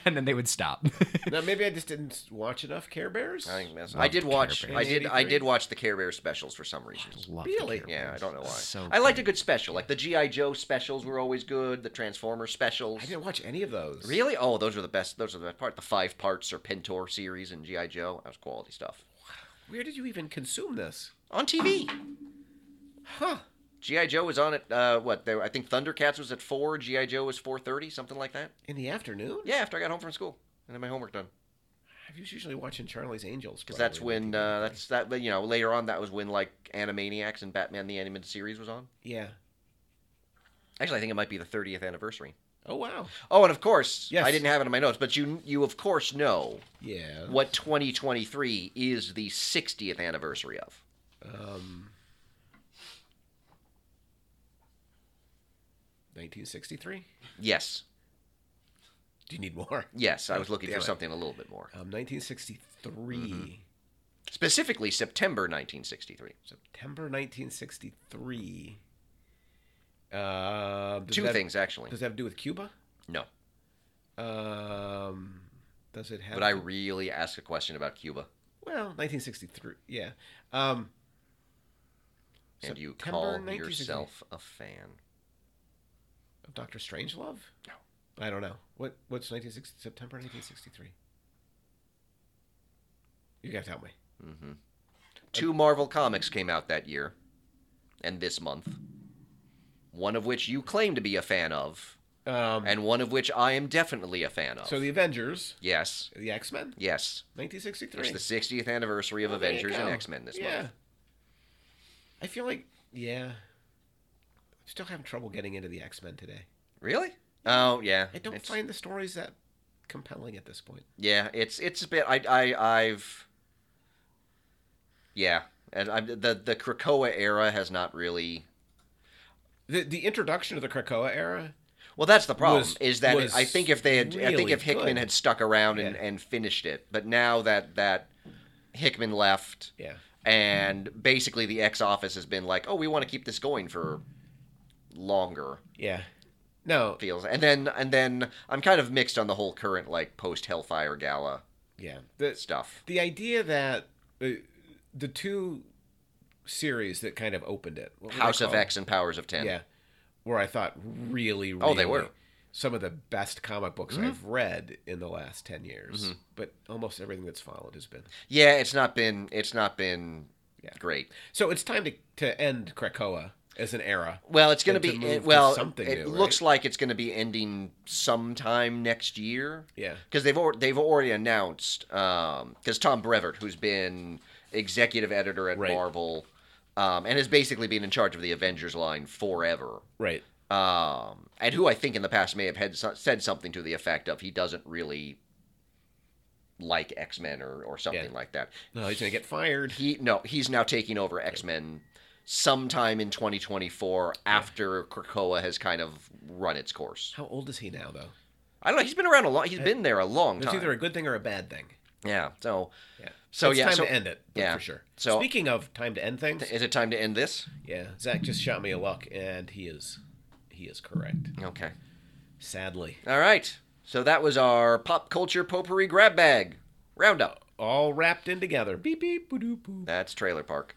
Speaker 3: and then they would stop.
Speaker 2: now, maybe I just didn't watch enough Care Bears.
Speaker 1: I, think that's-
Speaker 3: Love
Speaker 1: I did
Speaker 3: Care
Speaker 1: watch.
Speaker 3: Bears.
Speaker 1: I did. I
Speaker 2: 83?
Speaker 1: did watch the Care Bear specials for some reason.
Speaker 3: Love the
Speaker 2: Really?
Speaker 3: Care
Speaker 1: Yeah, I
Speaker 3: Bears.
Speaker 1: don't know why.
Speaker 3: So
Speaker 1: I liked a
Speaker 3: good.
Speaker 1: good special, like the GI Joe specials were always good. The Transformer specials.
Speaker 2: I didn't watch any of those.
Speaker 1: Really? Oh, those are the best. Those are the best part. The five part Serpentor series and GI Joe. That was quality stuff.
Speaker 2: Where did you even consume this?
Speaker 1: On TV.
Speaker 2: Huh.
Speaker 1: GI Joe was on at uh, what? There, I think Thundercats was at four. GI Joe was four thirty, something like that.
Speaker 2: In the afternoon?
Speaker 1: Yeah, after I got home from school and had my homework done,
Speaker 2: I was usually watching Charlie's Angels.
Speaker 1: because that's
Speaker 2: probably.
Speaker 1: when uh, that's that. You know, later on, that was when like Animaniacs and Batman the Animated Series was on.
Speaker 2: Yeah.
Speaker 1: Actually, I think it might be the thirtieth anniversary.
Speaker 2: Oh, wow.
Speaker 1: Oh, and of course,
Speaker 2: Yes.
Speaker 1: I didn't have it in my notes, but you you of course know
Speaker 2: Yeah.
Speaker 1: what 2023 is the 60th anniversary of.
Speaker 2: Um, 1963?
Speaker 1: Yes,
Speaker 2: Do you need more?
Speaker 1: yes, I was looking
Speaker 2: Damn
Speaker 1: for
Speaker 2: it.
Speaker 1: something a little bit more.
Speaker 2: Um, 1963.
Speaker 1: Mm-hmm. Specifically, September 1963.
Speaker 2: September 1963. Uh, does
Speaker 1: Two
Speaker 2: that-
Speaker 1: things actually.
Speaker 2: Does that have to do with Cuba?
Speaker 1: No,
Speaker 2: Um, does it have?
Speaker 1: but I
Speaker 2: to-
Speaker 1: really asked a question about Cuba,
Speaker 2: well, 1963. Yeah. Um,
Speaker 1: and you
Speaker 2: September
Speaker 1: call
Speaker 2: 1963.
Speaker 1: yourself a fan.
Speaker 2: of Doctor Strangelove?
Speaker 1: No.
Speaker 2: I don't know. What? What's 1960 September 1963? You gotta tell me.
Speaker 1: hmm Two Marvel comics came out that year, and this month. One of which you claim to be a fan of,
Speaker 2: Um,
Speaker 1: and one of which I am definitely a fan of.
Speaker 2: so the Avengers,
Speaker 1: yes,
Speaker 2: the X Men,
Speaker 1: yes, it's
Speaker 2: 1963.
Speaker 1: the 60th anniversary of
Speaker 2: Oh, there you
Speaker 1: Avengers and
Speaker 2: go.
Speaker 1: X Men this
Speaker 2: yeah.
Speaker 1: month.
Speaker 2: I feel like yeah. I'm still having trouble getting into the X Men today.
Speaker 1: Really? Oh yeah.
Speaker 2: I don't
Speaker 1: It's-
Speaker 2: find the stories that compelling at this point.
Speaker 1: Yeah, it's it's a bit. I I I've. Yeah, and I'm, the the Krakoa era has not really.
Speaker 2: The the introduction of the Krakoa era.
Speaker 1: Well, that's the problem.
Speaker 2: Was-
Speaker 1: is that
Speaker 2: was
Speaker 1: I think if they had, I think
Speaker 2: really
Speaker 1: if Hickman
Speaker 2: good.
Speaker 1: had stuck around and,
Speaker 2: Yeah.
Speaker 1: and finished it, but now that that Hickman left,
Speaker 2: Yeah.
Speaker 1: and basically the X office has been like, oh, we want to keep this going for longer.
Speaker 2: Yeah. No.
Speaker 1: Feels and then and then I'm kind of mixed on the whole current like post Hellfire Gala
Speaker 2: Yeah. The
Speaker 1: stuff.
Speaker 2: the idea that uh, the two series that kind of opened it what were they
Speaker 1: House of
Speaker 2: called?
Speaker 1: X and Powers of Ten.
Speaker 2: Yeah. Where I thought really, really
Speaker 1: Oh, they were. Mm-hmm.
Speaker 2: some of the best comic books I've read in the last ten years. But almost everything that's followed has been.
Speaker 1: Yeah, it's not been it's not been
Speaker 2: Yeah.
Speaker 1: great.
Speaker 2: So it's time to, to end Krakoa as an era.
Speaker 1: Well, it's going
Speaker 2: And
Speaker 1: to
Speaker 2: to
Speaker 1: be
Speaker 2: move to
Speaker 1: well.
Speaker 2: something
Speaker 1: it
Speaker 2: new,
Speaker 1: looks like it's going to be ending sometime next year
Speaker 2: Yeah.
Speaker 1: because they've al- they've already announced because Tom Brevoort, who's been executive editor at
Speaker 2: Right.
Speaker 1: Marvel, um, and has basically been in charge of the Avengers line forever.
Speaker 2: Right.
Speaker 1: Um, and who I think in the past may have had so- said something to the effect of he doesn't really like X Men or, or something
Speaker 2: Yeah.
Speaker 1: like that.
Speaker 2: No, he's gonna get fired.
Speaker 1: He no, he's now taking over X Men sometime in 2024 after Krakoa has kind of run its course.
Speaker 2: How old is he now, though?
Speaker 1: I don't know. He's been around a long. He's been there a long
Speaker 2: It's either
Speaker 1: time.
Speaker 2: a good thing or a bad thing.
Speaker 1: Yeah. So
Speaker 2: Yeah.
Speaker 1: So,
Speaker 2: it's
Speaker 1: yeah,
Speaker 2: time
Speaker 1: so-
Speaker 2: to end it. Yeah,
Speaker 1: yeah.
Speaker 2: for sure.
Speaker 1: So-
Speaker 2: speaking of time to end things,
Speaker 1: is it time to end this?
Speaker 2: yeah, Zach just shot me a look, and he is, he is correct.
Speaker 1: Okay.
Speaker 2: Sadly,
Speaker 1: All right. So that was our pop culture potpourri grab bag roundup.
Speaker 2: all wrapped in together. Beep beep. Boo, doo, boo.
Speaker 1: That's Trailer Park.